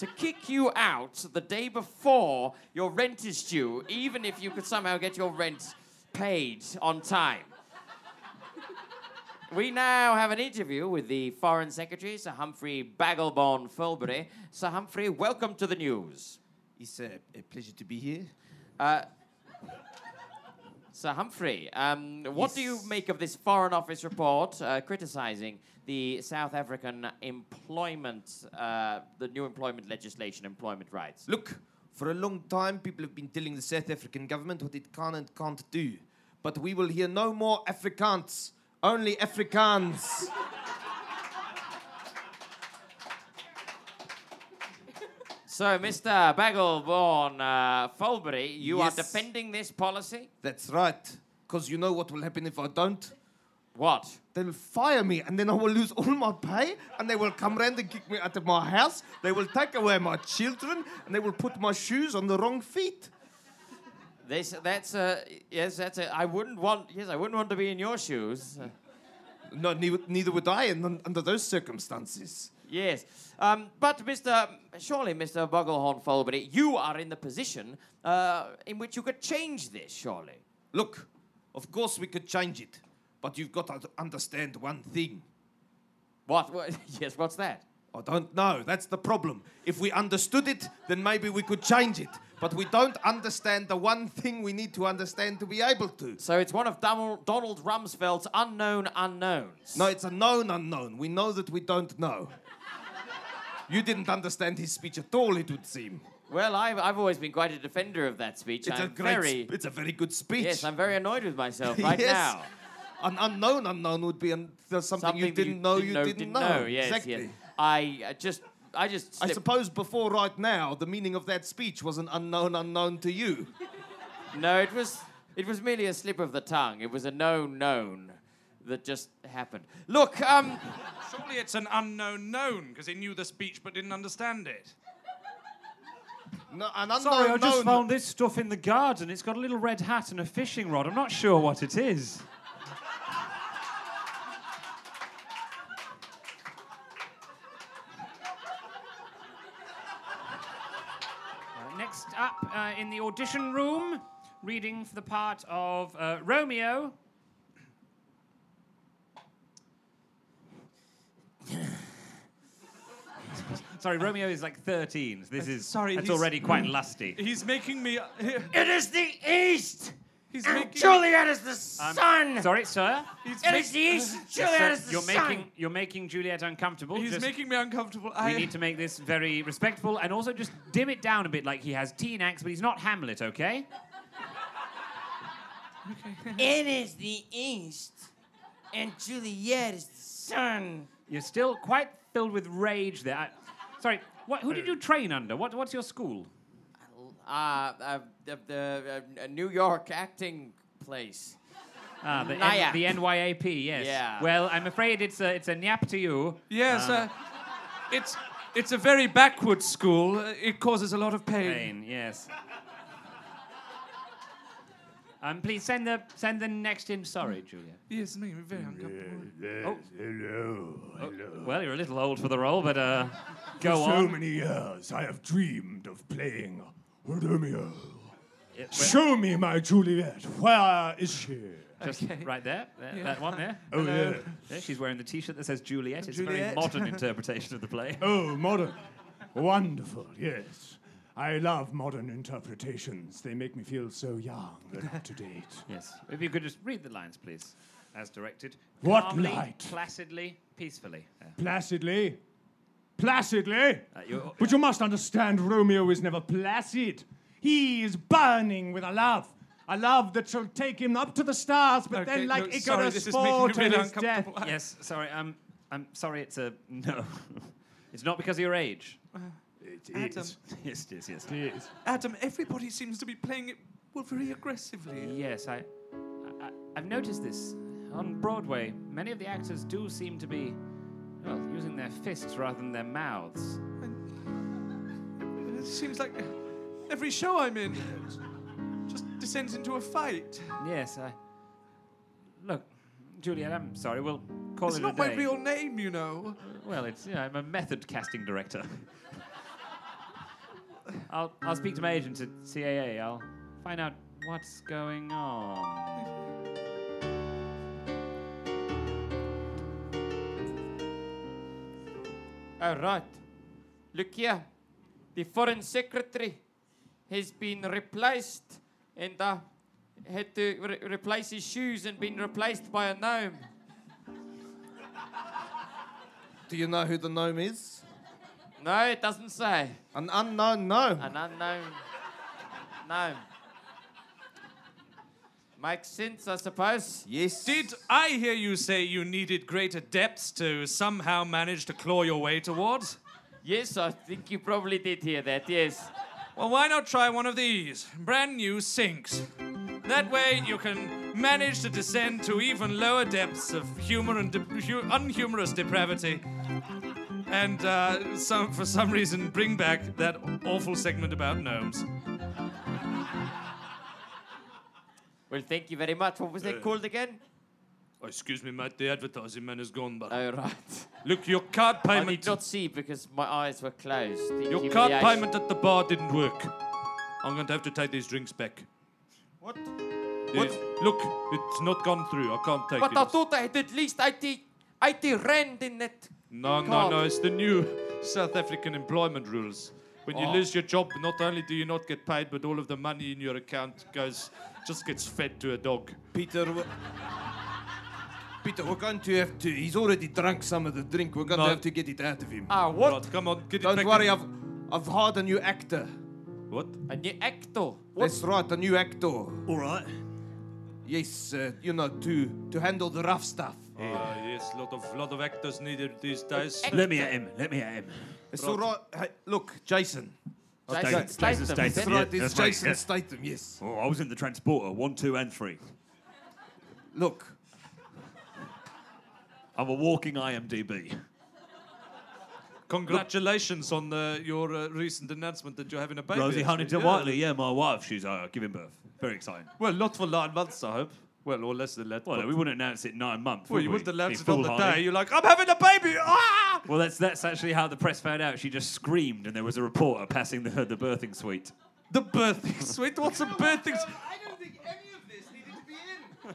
[SPEAKER 7] to kick you out the day before your rent is due, even if you could somehow get your rent paid on time. We now have an interview with the Foreign Secretary, Sir Humphrey Bagelbon Fulbury. Sir Humphrey, welcome to the news.
[SPEAKER 8] It's a, a pleasure to be here.
[SPEAKER 7] Uh, Sir Humphrey, um, what do you
[SPEAKER 8] Yes.
[SPEAKER 7] make of this Foreign Office report uh, criticising the South African employment, uh, the new employment legislation, employment rights?
[SPEAKER 8] Look, for a long time, people have been telling the South African government what it can and can't do. But we will hear no more Afrikaans, only Afrikaans.
[SPEAKER 7] So, Mr. Bagelbon uh, Fulbury, you
[SPEAKER 8] Yes.
[SPEAKER 7] are defending this policy?
[SPEAKER 8] That's right, because you know what will happen if I don't?
[SPEAKER 7] What?
[SPEAKER 8] They'll fire me, and then I will lose all my pay, and they will come round and kick me out of my house. They will take away my children, and they will put my shoes on the wrong feet.
[SPEAKER 7] This, that's a yes. That's a. I wouldn't want. Yes, I wouldn't want to be in your shoes. Uh,
[SPEAKER 8] No, neither, neither would I, and under those circumstances.
[SPEAKER 7] yes, um, but Mr. Surely, Mr. Bogglehorn Folbury, you are in the position uh, in which you could change this. Surely,
[SPEAKER 8] Look, of course we could change it, but you've got to understand one thing.
[SPEAKER 7] what? what yes, what's that?
[SPEAKER 8] I don't know, that's the problem. If we understood it, then maybe we could change it. But we don't understand the one thing we need to understand to be able to.
[SPEAKER 7] So it's one of Donal- Donald Rumsfeld's unknown unknowns.
[SPEAKER 8] No, it's a known unknown. We know that we don't know. You didn't understand his speech at all, it would seem.
[SPEAKER 7] Well, I've, I've always been quite a defender of that speech.
[SPEAKER 8] It's
[SPEAKER 7] I'm
[SPEAKER 8] a great
[SPEAKER 7] very
[SPEAKER 8] sp- it's a very good speech.
[SPEAKER 7] yes, I'm very annoyed with myself right
[SPEAKER 8] Yes.
[SPEAKER 7] now.
[SPEAKER 8] An unknown unknown would be an, there's something, you
[SPEAKER 7] that
[SPEAKER 8] didn't know you didn't, know.
[SPEAKER 7] Yes,
[SPEAKER 8] exactly.
[SPEAKER 7] yes. I uh, just, I just.
[SPEAKER 8] I
[SPEAKER 7] slipped-
[SPEAKER 8] suppose before right now, the meaning of that speech was an unknown unknown to you.
[SPEAKER 7] No, it was it was merely a slip of the tongue. It was a known known that just happened. Look, um,
[SPEAKER 3] Surely it's an unknown known because he knew the speech but didn't understand it.
[SPEAKER 8] No, an unknown
[SPEAKER 2] Sorry, I just
[SPEAKER 8] known-
[SPEAKER 2] found this stuff in the garden. It's got a little red hat and a fishing rod. I'm not sure what it is.
[SPEAKER 4] Uh, next up uh, in the audition room, reading for the part of uh, Romeo.
[SPEAKER 2] Sorry, Romeo is like 13. So
[SPEAKER 4] Uh,
[SPEAKER 2] this is
[SPEAKER 3] sorry,
[SPEAKER 2] That's
[SPEAKER 3] he's-
[SPEAKER 2] already quite lusty.
[SPEAKER 3] He's making me.
[SPEAKER 7] it is the East.
[SPEAKER 3] He's
[SPEAKER 7] And
[SPEAKER 3] making.
[SPEAKER 7] Juliet is the
[SPEAKER 2] Um,
[SPEAKER 7] sun.
[SPEAKER 2] Sorry, sir.
[SPEAKER 3] He's,
[SPEAKER 7] It
[SPEAKER 3] make-
[SPEAKER 7] is the East. and
[SPEAKER 2] Sir,
[SPEAKER 7] Juliet is the
[SPEAKER 2] you're
[SPEAKER 7] sun.
[SPEAKER 2] making you're making Juliet uncomfortable.
[SPEAKER 3] he's
[SPEAKER 2] Just-
[SPEAKER 3] making me uncomfortable.
[SPEAKER 2] we
[SPEAKER 3] I,
[SPEAKER 2] need to make this very respectful and also just dim it down a bit like he has teen angst, but he's not Hamlet, okay?
[SPEAKER 7] It is the East, and Juliet is the sun.
[SPEAKER 2] You're still quite filled with rage there. I, sorry, what, who did you train under? What, what's your school?
[SPEAKER 7] Uh, uh the, the uh, New York acting place.
[SPEAKER 2] Ah, the, N-
[SPEAKER 7] NIAP.
[SPEAKER 2] the NYAP, yes.
[SPEAKER 7] Yeah.
[SPEAKER 2] Well, I'm afraid it's a, it's a nyap to you.
[SPEAKER 3] Yes, uh, it's it's a very backward school. Uh, It causes a lot of pain.
[SPEAKER 2] Pain, yes.
[SPEAKER 13] Um, please send the send the next in. Sorry, Julia.
[SPEAKER 3] Yes, me, we're very uncomfortable.
[SPEAKER 2] Oh.
[SPEAKER 4] Hello.
[SPEAKER 3] Oh,
[SPEAKER 13] Well, you're a little old for the role, but uh, go
[SPEAKER 4] So
[SPEAKER 3] um.
[SPEAKER 13] on.
[SPEAKER 4] many years I have dreamed of playing Romeo. Show me my Juliet. Where is she?
[SPEAKER 13] Just right there, there that one there.
[SPEAKER 4] Oh, yeah.
[SPEAKER 13] Yeah, she's wearing the T-shirt that says Juliet. It's a very
[SPEAKER 4] Juliet.
[SPEAKER 13] modern interpretation of the play.
[SPEAKER 4] Oh, modern. Wonderful, yes. I love modern interpretations. They make me feel so young and up to date.
[SPEAKER 13] Yes. If you could just read the lines, please, as directed.
[SPEAKER 4] What
[SPEAKER 13] Calmly,
[SPEAKER 4] light?
[SPEAKER 13] placidly, peacefully. Yeah.
[SPEAKER 4] Placidly. Placidly?
[SPEAKER 13] Uh,
[SPEAKER 3] oh,
[SPEAKER 13] you-
[SPEAKER 4] But you must understand, Romeo is never placid. He is burning with a love. A love that shall take him up to the stars, but
[SPEAKER 3] Okay,
[SPEAKER 4] then, like
[SPEAKER 3] no,
[SPEAKER 4] Icarus,
[SPEAKER 3] sorry, this is making
[SPEAKER 4] fall
[SPEAKER 3] me
[SPEAKER 4] to
[SPEAKER 3] really
[SPEAKER 4] his death.
[SPEAKER 3] uncomfortable.
[SPEAKER 13] yes. Sorry. Um, I'm sorry. It's a no. it's not because of your age.
[SPEAKER 4] It
[SPEAKER 3] Adam.
[SPEAKER 4] is.
[SPEAKER 13] Yes. Yes. Yes.
[SPEAKER 4] It Uh, is.
[SPEAKER 3] Adam, everybody seems to be playing it well very aggressively.
[SPEAKER 13] Yes. I, I, I've noticed this on Broadway. Many of the actors do seem to be, well, using their fists rather than their mouths.
[SPEAKER 3] It seems like every show I'm in just descends into a fight.
[SPEAKER 13] Yes. I. Look, Juliet. I'm sorry. We'll call
[SPEAKER 3] It's
[SPEAKER 13] it a
[SPEAKER 3] not
[SPEAKER 13] day.
[SPEAKER 3] my real name, you know.
[SPEAKER 13] Well, it's yeah, I'm a method casting director. I'll I'll speak to my agent at CAA. I'll find out what's going on.
[SPEAKER 7] All right. Look here. The foreign secretary has been replaced and uh, had to re- replace his shoes and been replaced by a gnome.
[SPEAKER 8] Do you know who the gnome is?
[SPEAKER 7] No, it doesn't say.
[SPEAKER 8] An unknown gnome.
[SPEAKER 7] An unknown gnome. Makes sense, I suppose.
[SPEAKER 8] yes.
[SPEAKER 3] Did I hear you say you needed greater depths to somehow manage to claw your way towards?
[SPEAKER 7] Yes, I think you probably did hear that, yes.
[SPEAKER 3] Well, why not try one of these brand new sinks? That way you can manage to descend to even lower depths of humor and de- hu- unhumorous depravity. And uh, some, for some reason, bring back that awful segment about gnomes.
[SPEAKER 7] Well, thank you very much. What was
[SPEAKER 3] Uh.
[SPEAKER 7] that called again?
[SPEAKER 3] Oh, excuse me, mate, the advertising man is gone, but
[SPEAKER 7] All right.
[SPEAKER 3] look, your card
[SPEAKER 7] I did
[SPEAKER 3] payment,
[SPEAKER 7] not see because my eyes were closed. The
[SPEAKER 3] your card
[SPEAKER 7] humiliation.
[SPEAKER 3] payment at the bar didn't work. I'm going to have to take these drinks back.
[SPEAKER 7] What?
[SPEAKER 3] What? Look, it's not gone through. I can't take
[SPEAKER 7] But
[SPEAKER 3] it.
[SPEAKER 7] I thought I had at least 80, 80 rand in it.
[SPEAKER 3] No, no,
[SPEAKER 7] Can't.
[SPEAKER 3] no. It's the new South African employment rules. When you lose your job, not only do you not get paid, but all of the money in your account goes, just gets fed to a dog.
[SPEAKER 8] Peter. w- Peter, we're going to have to. He's already drunk some of the drink. We're going
[SPEAKER 3] No.
[SPEAKER 8] to have to get it out of him.
[SPEAKER 7] Ah, what?
[SPEAKER 3] Right, come on, get it
[SPEAKER 8] Don't
[SPEAKER 3] back.
[SPEAKER 8] worry,
[SPEAKER 3] in.
[SPEAKER 8] I've, I've hired a new actor.
[SPEAKER 3] What?
[SPEAKER 7] A new actor.
[SPEAKER 8] That's right, a new actor.
[SPEAKER 4] All right.
[SPEAKER 8] Yes, uh, you know, to to handle the rough stuff.
[SPEAKER 3] Ah, yes, lot of lot of actors needed these days.
[SPEAKER 14] Let me at him. Let me at him.
[SPEAKER 8] It's all right. Hey, look, Jason.
[SPEAKER 7] Jason Statham.
[SPEAKER 14] Statham,
[SPEAKER 7] That's
[SPEAKER 8] That's
[SPEAKER 14] Yeah,
[SPEAKER 8] right, it's
[SPEAKER 14] that's right,
[SPEAKER 8] Jason
[SPEAKER 14] yeah.
[SPEAKER 8] Statham, yes.
[SPEAKER 14] Oh, I was in the transporter. One, two, and three.
[SPEAKER 8] Look,
[SPEAKER 14] I'm a walking IMDb.
[SPEAKER 3] Congratulations on the, your uh, recent announcement that you're having a baby.
[SPEAKER 14] Rosie
[SPEAKER 3] actually.
[SPEAKER 14] Huntington
[SPEAKER 3] Yeah.
[SPEAKER 14] Whiteley. Yeah, my wife. She's uh, giving birth. Very exciting.
[SPEAKER 3] Well, not for nine months, I hope. Well, or less than that.
[SPEAKER 14] Well,
[SPEAKER 3] but-
[SPEAKER 14] we wouldn't announce it nine months.
[SPEAKER 3] well
[SPEAKER 14] would
[SPEAKER 3] you
[SPEAKER 14] we?
[SPEAKER 3] wouldn't announce
[SPEAKER 14] Be
[SPEAKER 3] it on the
[SPEAKER 14] foolhardy.
[SPEAKER 3] day. You're like, I'm having a baby. Ah!
[SPEAKER 14] Well, that's that's actually how the press found out. She just screamed, and there was a reporter passing the the birthing suite.
[SPEAKER 3] The birthing suite. What's a birthing? s-
[SPEAKER 8] I don't think any of this needed to be in. I'm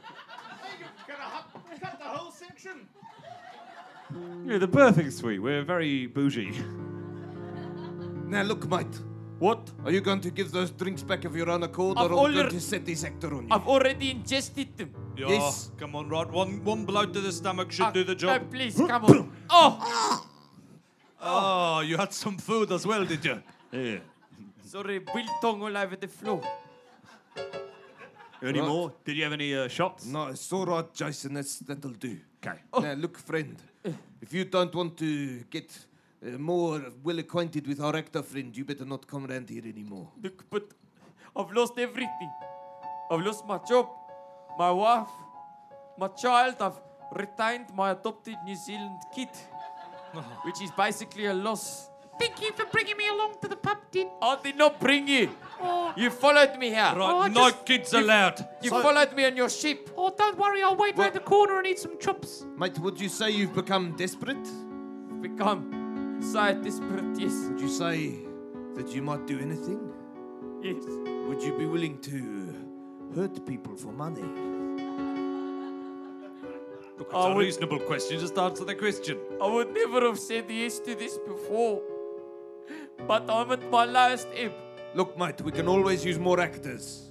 [SPEAKER 8] gonna cut the whole section.
[SPEAKER 14] Yeah, the birthing suite. We're very bougie.
[SPEAKER 8] Now look, mate.
[SPEAKER 7] What?
[SPEAKER 8] Are you going to give those drinks back of your own accord, or
[SPEAKER 7] I've
[SPEAKER 8] are we
[SPEAKER 7] already-
[SPEAKER 8] going to set this actor on you?
[SPEAKER 7] I've already ingested them.
[SPEAKER 3] Yeah,
[SPEAKER 8] Yes.
[SPEAKER 3] Come on, Rod. One one blow to the stomach should
[SPEAKER 7] Ah,
[SPEAKER 3] do the
[SPEAKER 7] No,
[SPEAKER 3] job.
[SPEAKER 7] please, come on. Oh,
[SPEAKER 3] Oh, you had some food as well, did you?
[SPEAKER 14] Yeah.
[SPEAKER 7] sorry, biltong all over the floor.
[SPEAKER 14] Any
[SPEAKER 8] Right.
[SPEAKER 14] more? Did you have any uh, shots?
[SPEAKER 8] No, it's all right, Jason. That's, that'll do.
[SPEAKER 14] Okay.
[SPEAKER 8] Now, look, friend, if you don't want to get uh, more well acquainted with our actor friend, you better not come around here anymore.
[SPEAKER 7] Look, but I've lost everything. I've lost my job, my wife, my child. I've retained my adopted New Zealand kid, which is basically a loss.
[SPEAKER 2] Thank you for bringing me along to the pub, did.
[SPEAKER 7] I did not bring you.
[SPEAKER 2] Oh,
[SPEAKER 7] You followed me here.
[SPEAKER 2] Oh, I
[SPEAKER 3] Right, no
[SPEAKER 2] just-
[SPEAKER 3] kids allowed.
[SPEAKER 7] You followed me on your ship.
[SPEAKER 2] oh, don't worry, I'll wait round the corner and eat some chops.
[SPEAKER 15] Mate, would you say you've become desperate?
[SPEAKER 7] Become so desperate. Yes.
[SPEAKER 15] Would you say that you might do anything?
[SPEAKER 7] Yes.
[SPEAKER 15] Would you be willing to hurt people for money?
[SPEAKER 3] Look, it's
[SPEAKER 7] I
[SPEAKER 3] a
[SPEAKER 7] would-
[SPEAKER 3] reasonable question. Just answer the question.
[SPEAKER 7] I would never have said yes to this before. But I'm at my lowest ebb.
[SPEAKER 15] Look, mate, we can always use more actors.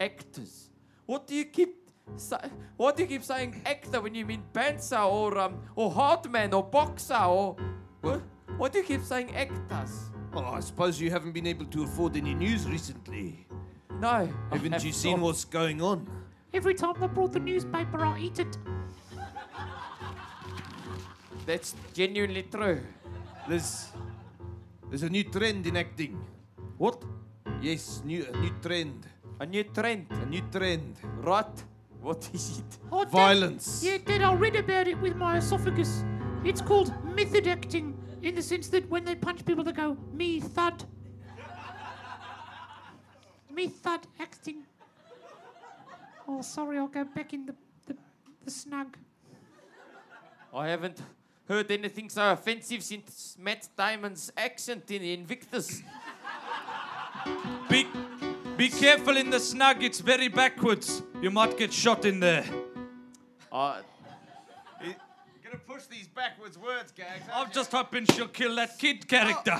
[SPEAKER 7] Actors. What do you keep sa- what do you keep saying actor when you mean dancer or um or heartman or boxer or what? What do you keep saying actors?
[SPEAKER 15] Well, I suppose you haven't been able to afford any news recently.
[SPEAKER 7] No. I
[SPEAKER 15] Haven't
[SPEAKER 7] have
[SPEAKER 15] you seen
[SPEAKER 7] not.
[SPEAKER 15] what's going on?
[SPEAKER 2] Every time they brought the newspaper, I eat it.
[SPEAKER 7] That's genuinely true.
[SPEAKER 15] There's there's a new trend in acting.
[SPEAKER 7] What?
[SPEAKER 15] Yes, new a new trend.
[SPEAKER 7] A new trend.
[SPEAKER 15] A new trend.
[SPEAKER 7] Right. What is it?
[SPEAKER 2] Oh, Dad-
[SPEAKER 15] Violence.
[SPEAKER 2] Yeah, Dad, I read about it with my esophagus. It's called method acting, in the sense that when they punch people, they go, me thud. me thud acting. Oh, sorry, I'll go back in the, the, the snug.
[SPEAKER 7] I haven't heard anything so offensive since Matt Diamond's accent in Invictus.
[SPEAKER 3] Be, be careful in the snug. It's very backwards. You might get shot in there.
[SPEAKER 7] Uh,
[SPEAKER 15] Eh, Gonna push these backwards words, gags.
[SPEAKER 3] I'm just hoping she'll kill that kid character.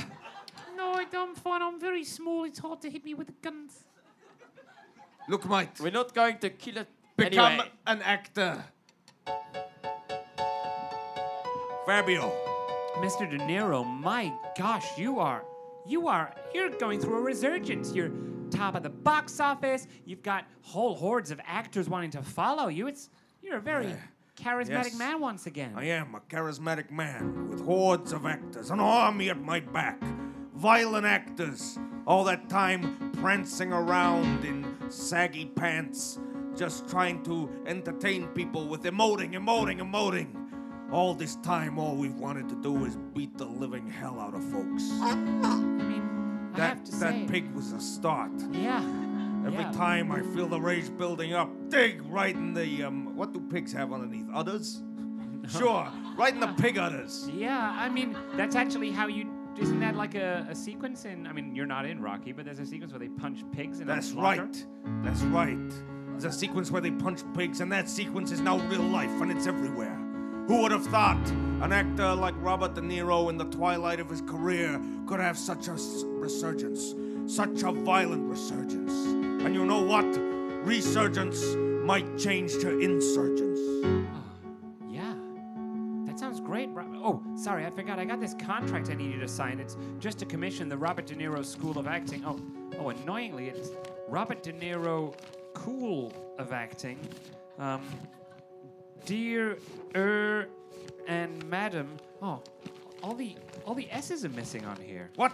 [SPEAKER 2] No, I- I'm fine. I'm very small. It's hard to hit me with guns.
[SPEAKER 15] Look, mate.
[SPEAKER 7] we're not going to kill it.
[SPEAKER 15] Become
[SPEAKER 7] anyway.
[SPEAKER 15] an actor. Fabio.
[SPEAKER 13] Mr. De Niro, my gosh, you are, you are, you're going through a resurgence. You're top of the box office. You've got whole hordes of actors wanting to follow you. It's, you're a very charismatic
[SPEAKER 15] Yes.
[SPEAKER 13] man once again.
[SPEAKER 8] I am a charismatic man with hordes of actors, an army at my back, violent actors, all that time prancing around in saggy pants, just trying to entertain people with emoting, emoting, emoting. All this time, all we've wanted to do is beat the living hell out of folks.
[SPEAKER 2] I mean, I have
[SPEAKER 8] That,
[SPEAKER 2] to say.
[SPEAKER 8] that pig was a start.
[SPEAKER 2] Yeah.
[SPEAKER 8] Every
[SPEAKER 2] yeah.
[SPEAKER 8] time I feel the rage building up, dig right in the um. What do pigs have underneath? Udders? Sure, right in the pig udders.
[SPEAKER 2] Yeah, I mean, that's actually how you. Isn't that like a, a sequence in. I mean, you're not in Rocky, but there's a sequence where they punch pigs in
[SPEAKER 8] That's
[SPEAKER 2] a locker.
[SPEAKER 8] right. That's right. There's a sequence where they punch pigs, and that sequence is now real life, and it's everywhere. Who would have thought an actor like Robert De Niro in the twilight of his career could have such a s- resurgence, such a violent resurgence? And you know what? Resurgence might change to insurgence.
[SPEAKER 13] Yeah. That sounds great. Rob- Oh, sorry, I forgot. I got this contract I need you to sign. It's just to commission the Robert De Niro School of Acting. Oh, oh, annoyingly, it's Robert De Niro Cool of Acting. Um, dear er and madam. Oh, all the all the S's are missing on here.
[SPEAKER 8] What?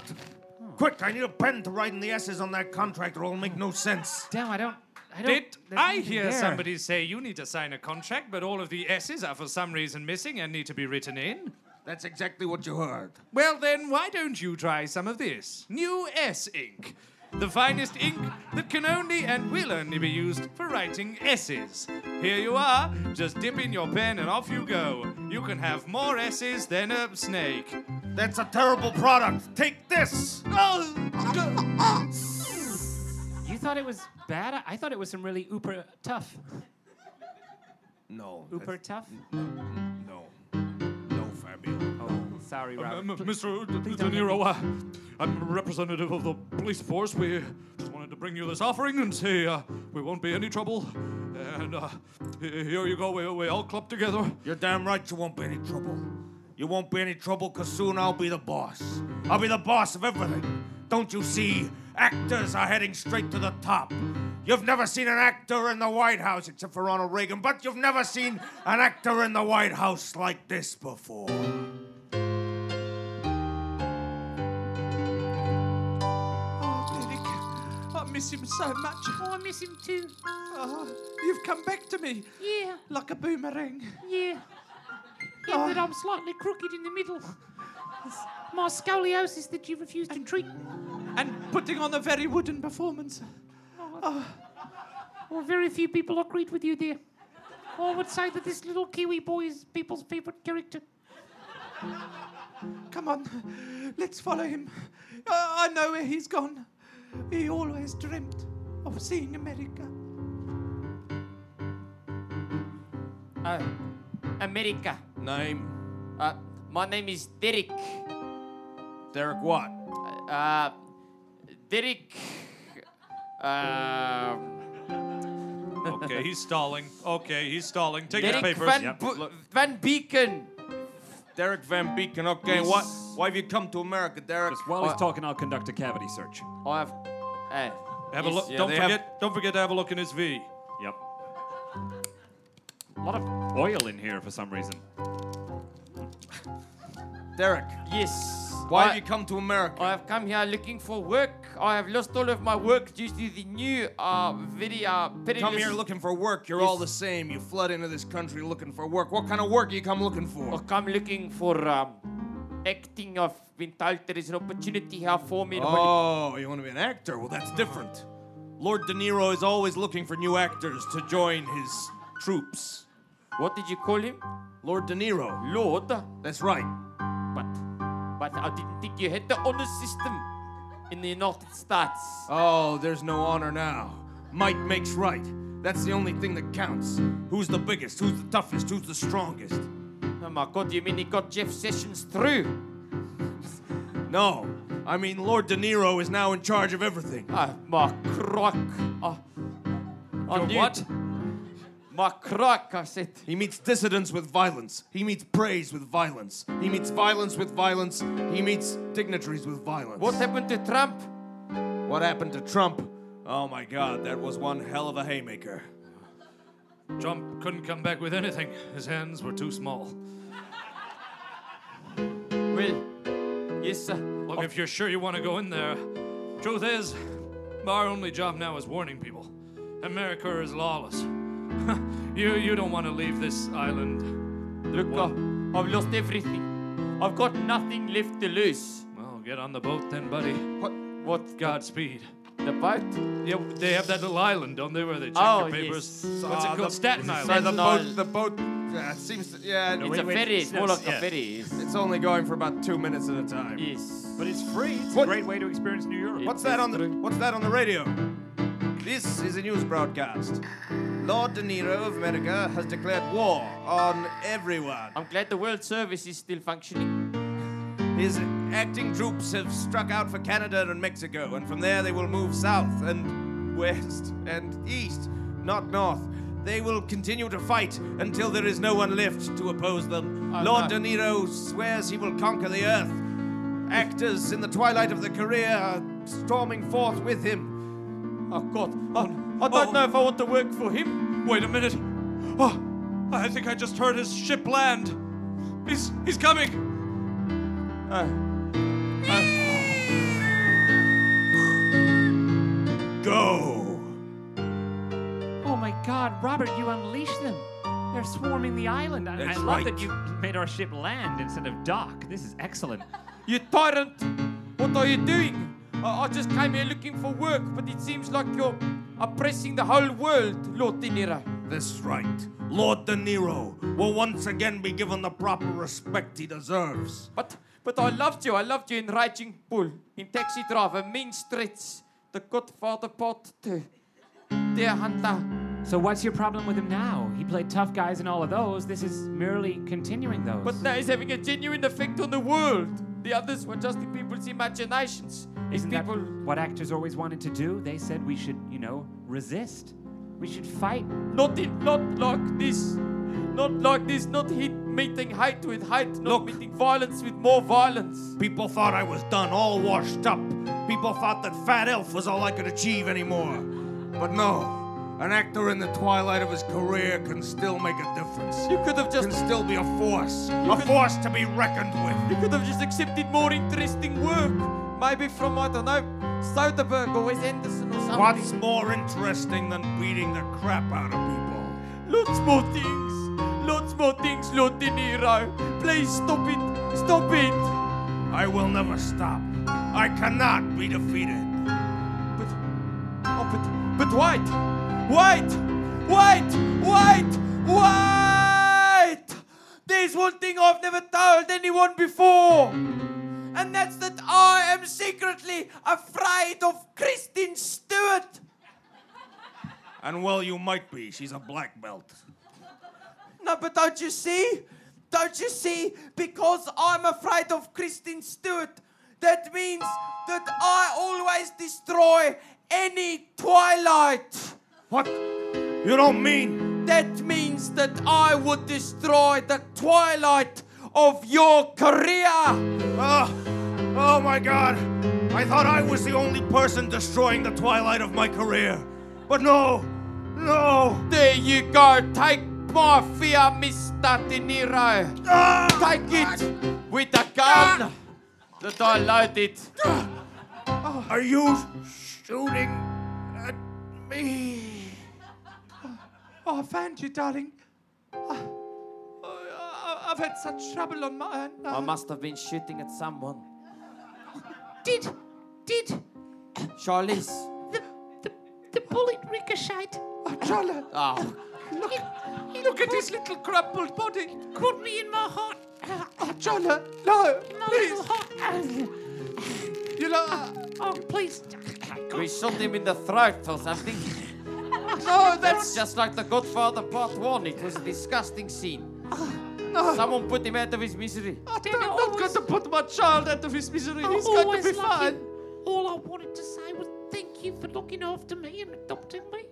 [SPEAKER 8] Quick, I need a pen to write in the S's on that contract, or it'll make no sense.
[SPEAKER 13] Damn, I don't. I don't.
[SPEAKER 3] Did
[SPEAKER 13] there's
[SPEAKER 3] I
[SPEAKER 13] nothing
[SPEAKER 3] hear
[SPEAKER 13] there.
[SPEAKER 3] somebody say you need to sign a contract, but all of the S's are for some reason missing and need to be written in?
[SPEAKER 8] That's exactly what you heard.
[SPEAKER 3] Well, then, why don't you try some of this? New S ink. The finest ink that can only and will only be used for writing S's. Here you are. Just dip in your pen and off you go. You can have more S's than a snake.
[SPEAKER 8] That's a terrible product. Take this.
[SPEAKER 3] Oh! go-
[SPEAKER 13] You thought it was bad? I- I thought it was some really uber tough.
[SPEAKER 8] No.
[SPEAKER 13] Uber tough?
[SPEAKER 8] No. No, Fabio.
[SPEAKER 13] Oh, sorry, Robert.
[SPEAKER 3] Um, Mr. De
[SPEAKER 13] don't hit
[SPEAKER 3] Niro, uh, I'm a representative of the police force. We just wanted to bring you this offering and say uh, we won't be any trouble. And uh, he- here you go. We, we all club together.
[SPEAKER 8] You're damn right you won't be any trouble. You won't be any trouble because soon I'll be the boss. I'll be the boss of everything. Don't you see? Actors are heading straight to the top. You've never seen an actor in the White House except for Ronald Reagan, but you've never seen an actor in the White House like this before.
[SPEAKER 9] Oh, Nick, I miss him so much.
[SPEAKER 2] Oh, I miss him too.
[SPEAKER 9] Oh, you've come back to me
[SPEAKER 2] Yeah,
[SPEAKER 9] like a boomerang.
[SPEAKER 2] yeah. Yeah, but I'm slightly crooked in the middle.
[SPEAKER 13] my scoliosis that you refuse to treat.
[SPEAKER 2] and putting on a very wooden performance.
[SPEAKER 13] Well, very few people agreed with you there.
[SPEAKER 2] Oh,
[SPEAKER 13] I would say that this little Kiwi boy is people's favorite character.
[SPEAKER 2] Come on, let's follow him. I I know where he's gone. He always dreamt of seeing America.
[SPEAKER 7] Uh, America.
[SPEAKER 8] Name
[SPEAKER 7] Uh, my name is Derek.
[SPEAKER 8] Derek Watt.
[SPEAKER 7] Uh, Derek. Uh,
[SPEAKER 3] Okay, he's stalling. Okay, he's stalling. Take his
[SPEAKER 7] Derek
[SPEAKER 3] papers.
[SPEAKER 7] Van,
[SPEAKER 3] Yep.
[SPEAKER 7] Bu- Van Beacon.
[SPEAKER 8] Derek Van Beacon. Okay, what? Why have you come to America, Derek?
[SPEAKER 16] While
[SPEAKER 13] Uh,
[SPEAKER 16] he's talking, I'll conduct a cavity search.
[SPEAKER 7] I have. Uh,
[SPEAKER 3] Have a look.
[SPEAKER 8] Yeah,
[SPEAKER 3] don't
[SPEAKER 8] they have-
[SPEAKER 3] forget. Don't forget to have a look in his V.
[SPEAKER 16] Yep. A lot of oil in here for some reason.
[SPEAKER 8] Derek,
[SPEAKER 7] Yes.
[SPEAKER 8] why
[SPEAKER 7] I-
[SPEAKER 8] have you come to America?
[SPEAKER 7] I have come here looking for work. I have lost all of my work due to the new uh, video. Uh,
[SPEAKER 8] come
[SPEAKER 7] perilous-
[SPEAKER 8] here looking for work. You're all the same. You flood into this country looking for work. What kind of work you come looking for?
[SPEAKER 7] I come looking for um, acting. I've been told there is an opportunity here for me. in Hollywood.
[SPEAKER 8] Oh, you want to be an actor? Well, that's different. Lord De Niro is always looking for new actors to join his troops.
[SPEAKER 7] What did you call him?
[SPEAKER 8] Lord De Niro.
[SPEAKER 7] Lord.
[SPEAKER 8] That's right.
[SPEAKER 7] But, but I didn't think you had the honor system in the United States.
[SPEAKER 8] Oh, there's no honor now. Might makes right. That's the only thing that counts. Who's the biggest? Who's the toughest? Who's the strongest?
[SPEAKER 7] Oh my God! You mean he got Jeff Sessions through?
[SPEAKER 8] No. I mean, Lord De Niro is now in charge of everything.
[SPEAKER 7] Oh my crock! Oh, I knew
[SPEAKER 8] what?
[SPEAKER 7] it. My crock! I said.
[SPEAKER 8] He meets dissidents with violence. He meets praise with violence. He meets violence with violence. He meets dignitaries with violence.
[SPEAKER 7] What happened to Trump?
[SPEAKER 8] What happened to Trump? Oh my God, that was one hell of a haymaker.
[SPEAKER 3] Trump couldn't come back with anything. His hands were too small.
[SPEAKER 7] Well, yes, sir.
[SPEAKER 3] Look, if you're sure you want to go in there, truth is, our only job now is warning people. America is lawless. you you don't want to leave this island.
[SPEAKER 7] Look,
[SPEAKER 3] What?
[SPEAKER 7] I, I've lost everything. I've got nothing left to lose.
[SPEAKER 3] Well, get on the boat then, buddy.
[SPEAKER 7] What? What?
[SPEAKER 3] Godspeed.
[SPEAKER 7] The boat?
[SPEAKER 3] Yeah, they have that little island, don't they, where they check
[SPEAKER 7] Oh,
[SPEAKER 3] your papers?
[SPEAKER 7] yes.
[SPEAKER 3] What's
[SPEAKER 8] Ah,
[SPEAKER 3] it called?
[SPEAKER 8] the-
[SPEAKER 3] Staten Island.
[SPEAKER 8] Sorry, the
[SPEAKER 7] Staten
[SPEAKER 8] boat.
[SPEAKER 7] Island.
[SPEAKER 8] The boat. Yeah, it seems. To, yeah,
[SPEAKER 7] It's
[SPEAKER 8] it-
[SPEAKER 7] a ferry. It's more
[SPEAKER 16] that's-
[SPEAKER 7] like a
[SPEAKER 16] yeah.
[SPEAKER 7] ferry. Yes.
[SPEAKER 8] it's only going for about two minutes at a time.
[SPEAKER 7] yes.
[SPEAKER 16] But it's free. It's
[SPEAKER 8] What?
[SPEAKER 16] a great way to experience New York.
[SPEAKER 8] What's that on the What's that on the radio? This is a news broadcast. Lord De Niro of America has declared war on everyone.
[SPEAKER 7] I'm glad the World Service is still functioning.
[SPEAKER 8] His acting troops have struck out for Canada and Mexico, and from there they will move south and west and east, not north. They will continue to fight until there is no one left to oppose them. Lord De
[SPEAKER 7] no.
[SPEAKER 8] Niro swears he will conquer the earth. Actors in the twilight of their career are storming forth with him. Oh.
[SPEAKER 7] Oh God! I, I don't know if I want to work for him.
[SPEAKER 3] Wait a minute. Oh, I think I just heard his ship land. He's he's coming.
[SPEAKER 8] Go!
[SPEAKER 13] Oh my God, Robert, you unleashed them. They're swarming the island. I, I
[SPEAKER 8] That's
[SPEAKER 13] love
[SPEAKER 8] right.
[SPEAKER 13] that you made our ship land instead of dock. This is excellent.
[SPEAKER 7] You tyrant! What are you doing? I, I just came here looking for work, but it seems like you're oppressing the whole world, Lord De Niro.
[SPEAKER 8] This right. Lord De Niro will once again be given the proper respect he deserves.
[SPEAKER 7] But but I loved you. I loved you in Raging Bull, in Taxi Driver, Mean Streets, The Godfather Part 2, Dear Hunter.
[SPEAKER 13] So what's your problem with him now? He played tough guys in all of those. This is merely continuing those.
[SPEAKER 7] But now he's having a genuine effect on the world. The others were just in people's imaginations. It's
[SPEAKER 13] Isn't that
[SPEAKER 7] people.
[SPEAKER 13] what actors always wanted to do? They said we should, you know, resist. We should fight.
[SPEAKER 7] Not in, not like this. Not like this. Not hit meeting hate with hate. Not meeting violence with more violence.
[SPEAKER 8] People thought I was done, all washed up. People thought that Fat Elf was all I could achieve anymore. But no, an actor in the twilight of his career can still make a difference.
[SPEAKER 7] You could have
[SPEAKER 8] Can
[SPEAKER 7] just.
[SPEAKER 8] still be a force, a
[SPEAKER 7] could-
[SPEAKER 8] force to be reckoned with.
[SPEAKER 7] You could have just accepted more interesting work. Maybe from I don't know, Soderbergh or Wes Anderson or something.
[SPEAKER 8] What's more interesting than beating the crap out of people?
[SPEAKER 7] Lots more things. Lots more things, Lord De Niro. Please stop it. Stop it.
[SPEAKER 9] I will never stop. I cannot be defeated.
[SPEAKER 7] Oh, but, but white, white, white, white, white. There's one thing I've never told anyone before, and that's that I am secretly afraid of Kristen Stewart.
[SPEAKER 17] And well, you might be. She's a black belt.
[SPEAKER 7] No, but don't you see? Don't you see? Because I'm afraid of Kristen Stewart, that means that I always destroy any Twilight.
[SPEAKER 9] What? You don't mean.
[SPEAKER 7] That means that I would destroy the Twilight of your career.
[SPEAKER 9] Oh, oh my god. I thought I was the only person destroying the twilight of my career. But no. No.
[SPEAKER 7] There you go. Take my fear, Mr. De Niro.
[SPEAKER 9] Ah!
[SPEAKER 7] Take it with a gun that I loaded.
[SPEAKER 9] Are you shooting at me?
[SPEAKER 7] Oh, I found you, darling.
[SPEAKER 8] Ah,
[SPEAKER 7] I've had such trouble on my own. I must have been shooting at someone.
[SPEAKER 2] Did, did
[SPEAKER 7] Charlize.
[SPEAKER 2] the, the, the bullet ricochet?
[SPEAKER 7] Oh,
[SPEAKER 2] Look, it,
[SPEAKER 8] Look at his little crumpled body.
[SPEAKER 2] caught me in my heart.
[SPEAKER 8] Oh, Jolla, no,
[SPEAKER 2] My
[SPEAKER 8] please.
[SPEAKER 2] little heart.
[SPEAKER 8] You know, uh,
[SPEAKER 2] Oh, please.
[SPEAKER 7] we shot him in the throat or something.
[SPEAKER 8] no,
[SPEAKER 7] That's
[SPEAKER 8] that's
[SPEAKER 7] just like The Godfather Part 1. It was a disgusting scene. Someone put him out of his misery.
[SPEAKER 2] Damn it,
[SPEAKER 8] Uh, I'm not going
[SPEAKER 2] always-
[SPEAKER 8] to put my child out of his misery.
[SPEAKER 2] I
[SPEAKER 8] He's going
[SPEAKER 2] always
[SPEAKER 8] to be
[SPEAKER 2] love you.
[SPEAKER 8] fine.
[SPEAKER 2] All I wanted to say was thank you for looking after me and adopting me.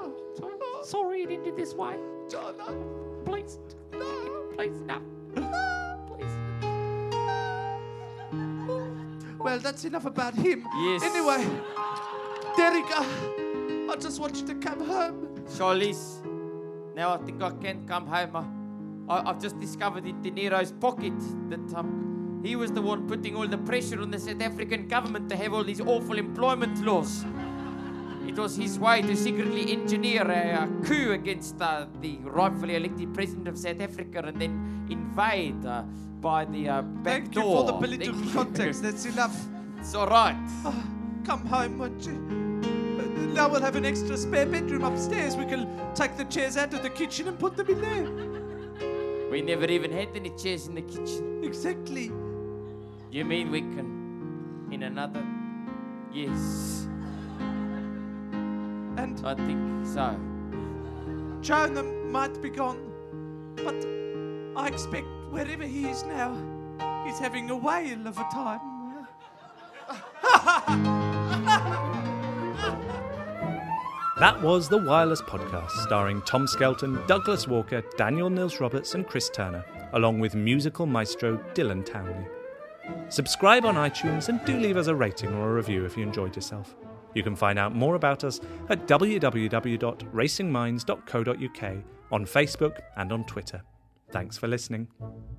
[SPEAKER 8] Oh,
[SPEAKER 2] Sorry, sorry it ended this way. Please. Please, no. Please.
[SPEAKER 8] Well, that's enough about him.
[SPEAKER 7] Yes.
[SPEAKER 8] Anyway, Derek, uh, I just want you to come home.
[SPEAKER 7] Charlize, now I think I can come home. I- I, I've just discovered in De Niro's pocket that um, he was the one putting all the pressure on the South African government to have all these awful employment laws. It was his way to secretly engineer a, uh coup against uh, the rightfully elected president of South Africa and then invade uh, by the uh, back
[SPEAKER 8] Thank you for
[SPEAKER 7] door.
[SPEAKER 8] the political
[SPEAKER 7] Thank you.
[SPEAKER 8] context. That's enough.
[SPEAKER 7] it's all right.
[SPEAKER 8] Come home, won't you? Uh, Now we'll have an extra spare bedroom upstairs. We can take the chairs out of the kitchen and put them in there.
[SPEAKER 7] We never even had any chairs in the kitchen.
[SPEAKER 8] Exactly.
[SPEAKER 7] You mean we can in another? Yes,
[SPEAKER 8] And
[SPEAKER 7] I think so.
[SPEAKER 8] Jonah might be gone, but I expect wherever he is now, he's having a whale of a time.
[SPEAKER 1] That was The Wireless Podcast, starring Tom Skelton, Douglas Walker, Daniel Nils Roberts, and Chris Turner, along with musical maestro Dylan Townley. Subscribe on iTunes and do leave us a rating or a review if you enjoyed yourself. You can find out more about us at www.racingminds.co.uk on Facebook and on Twitter. Thanks for listening.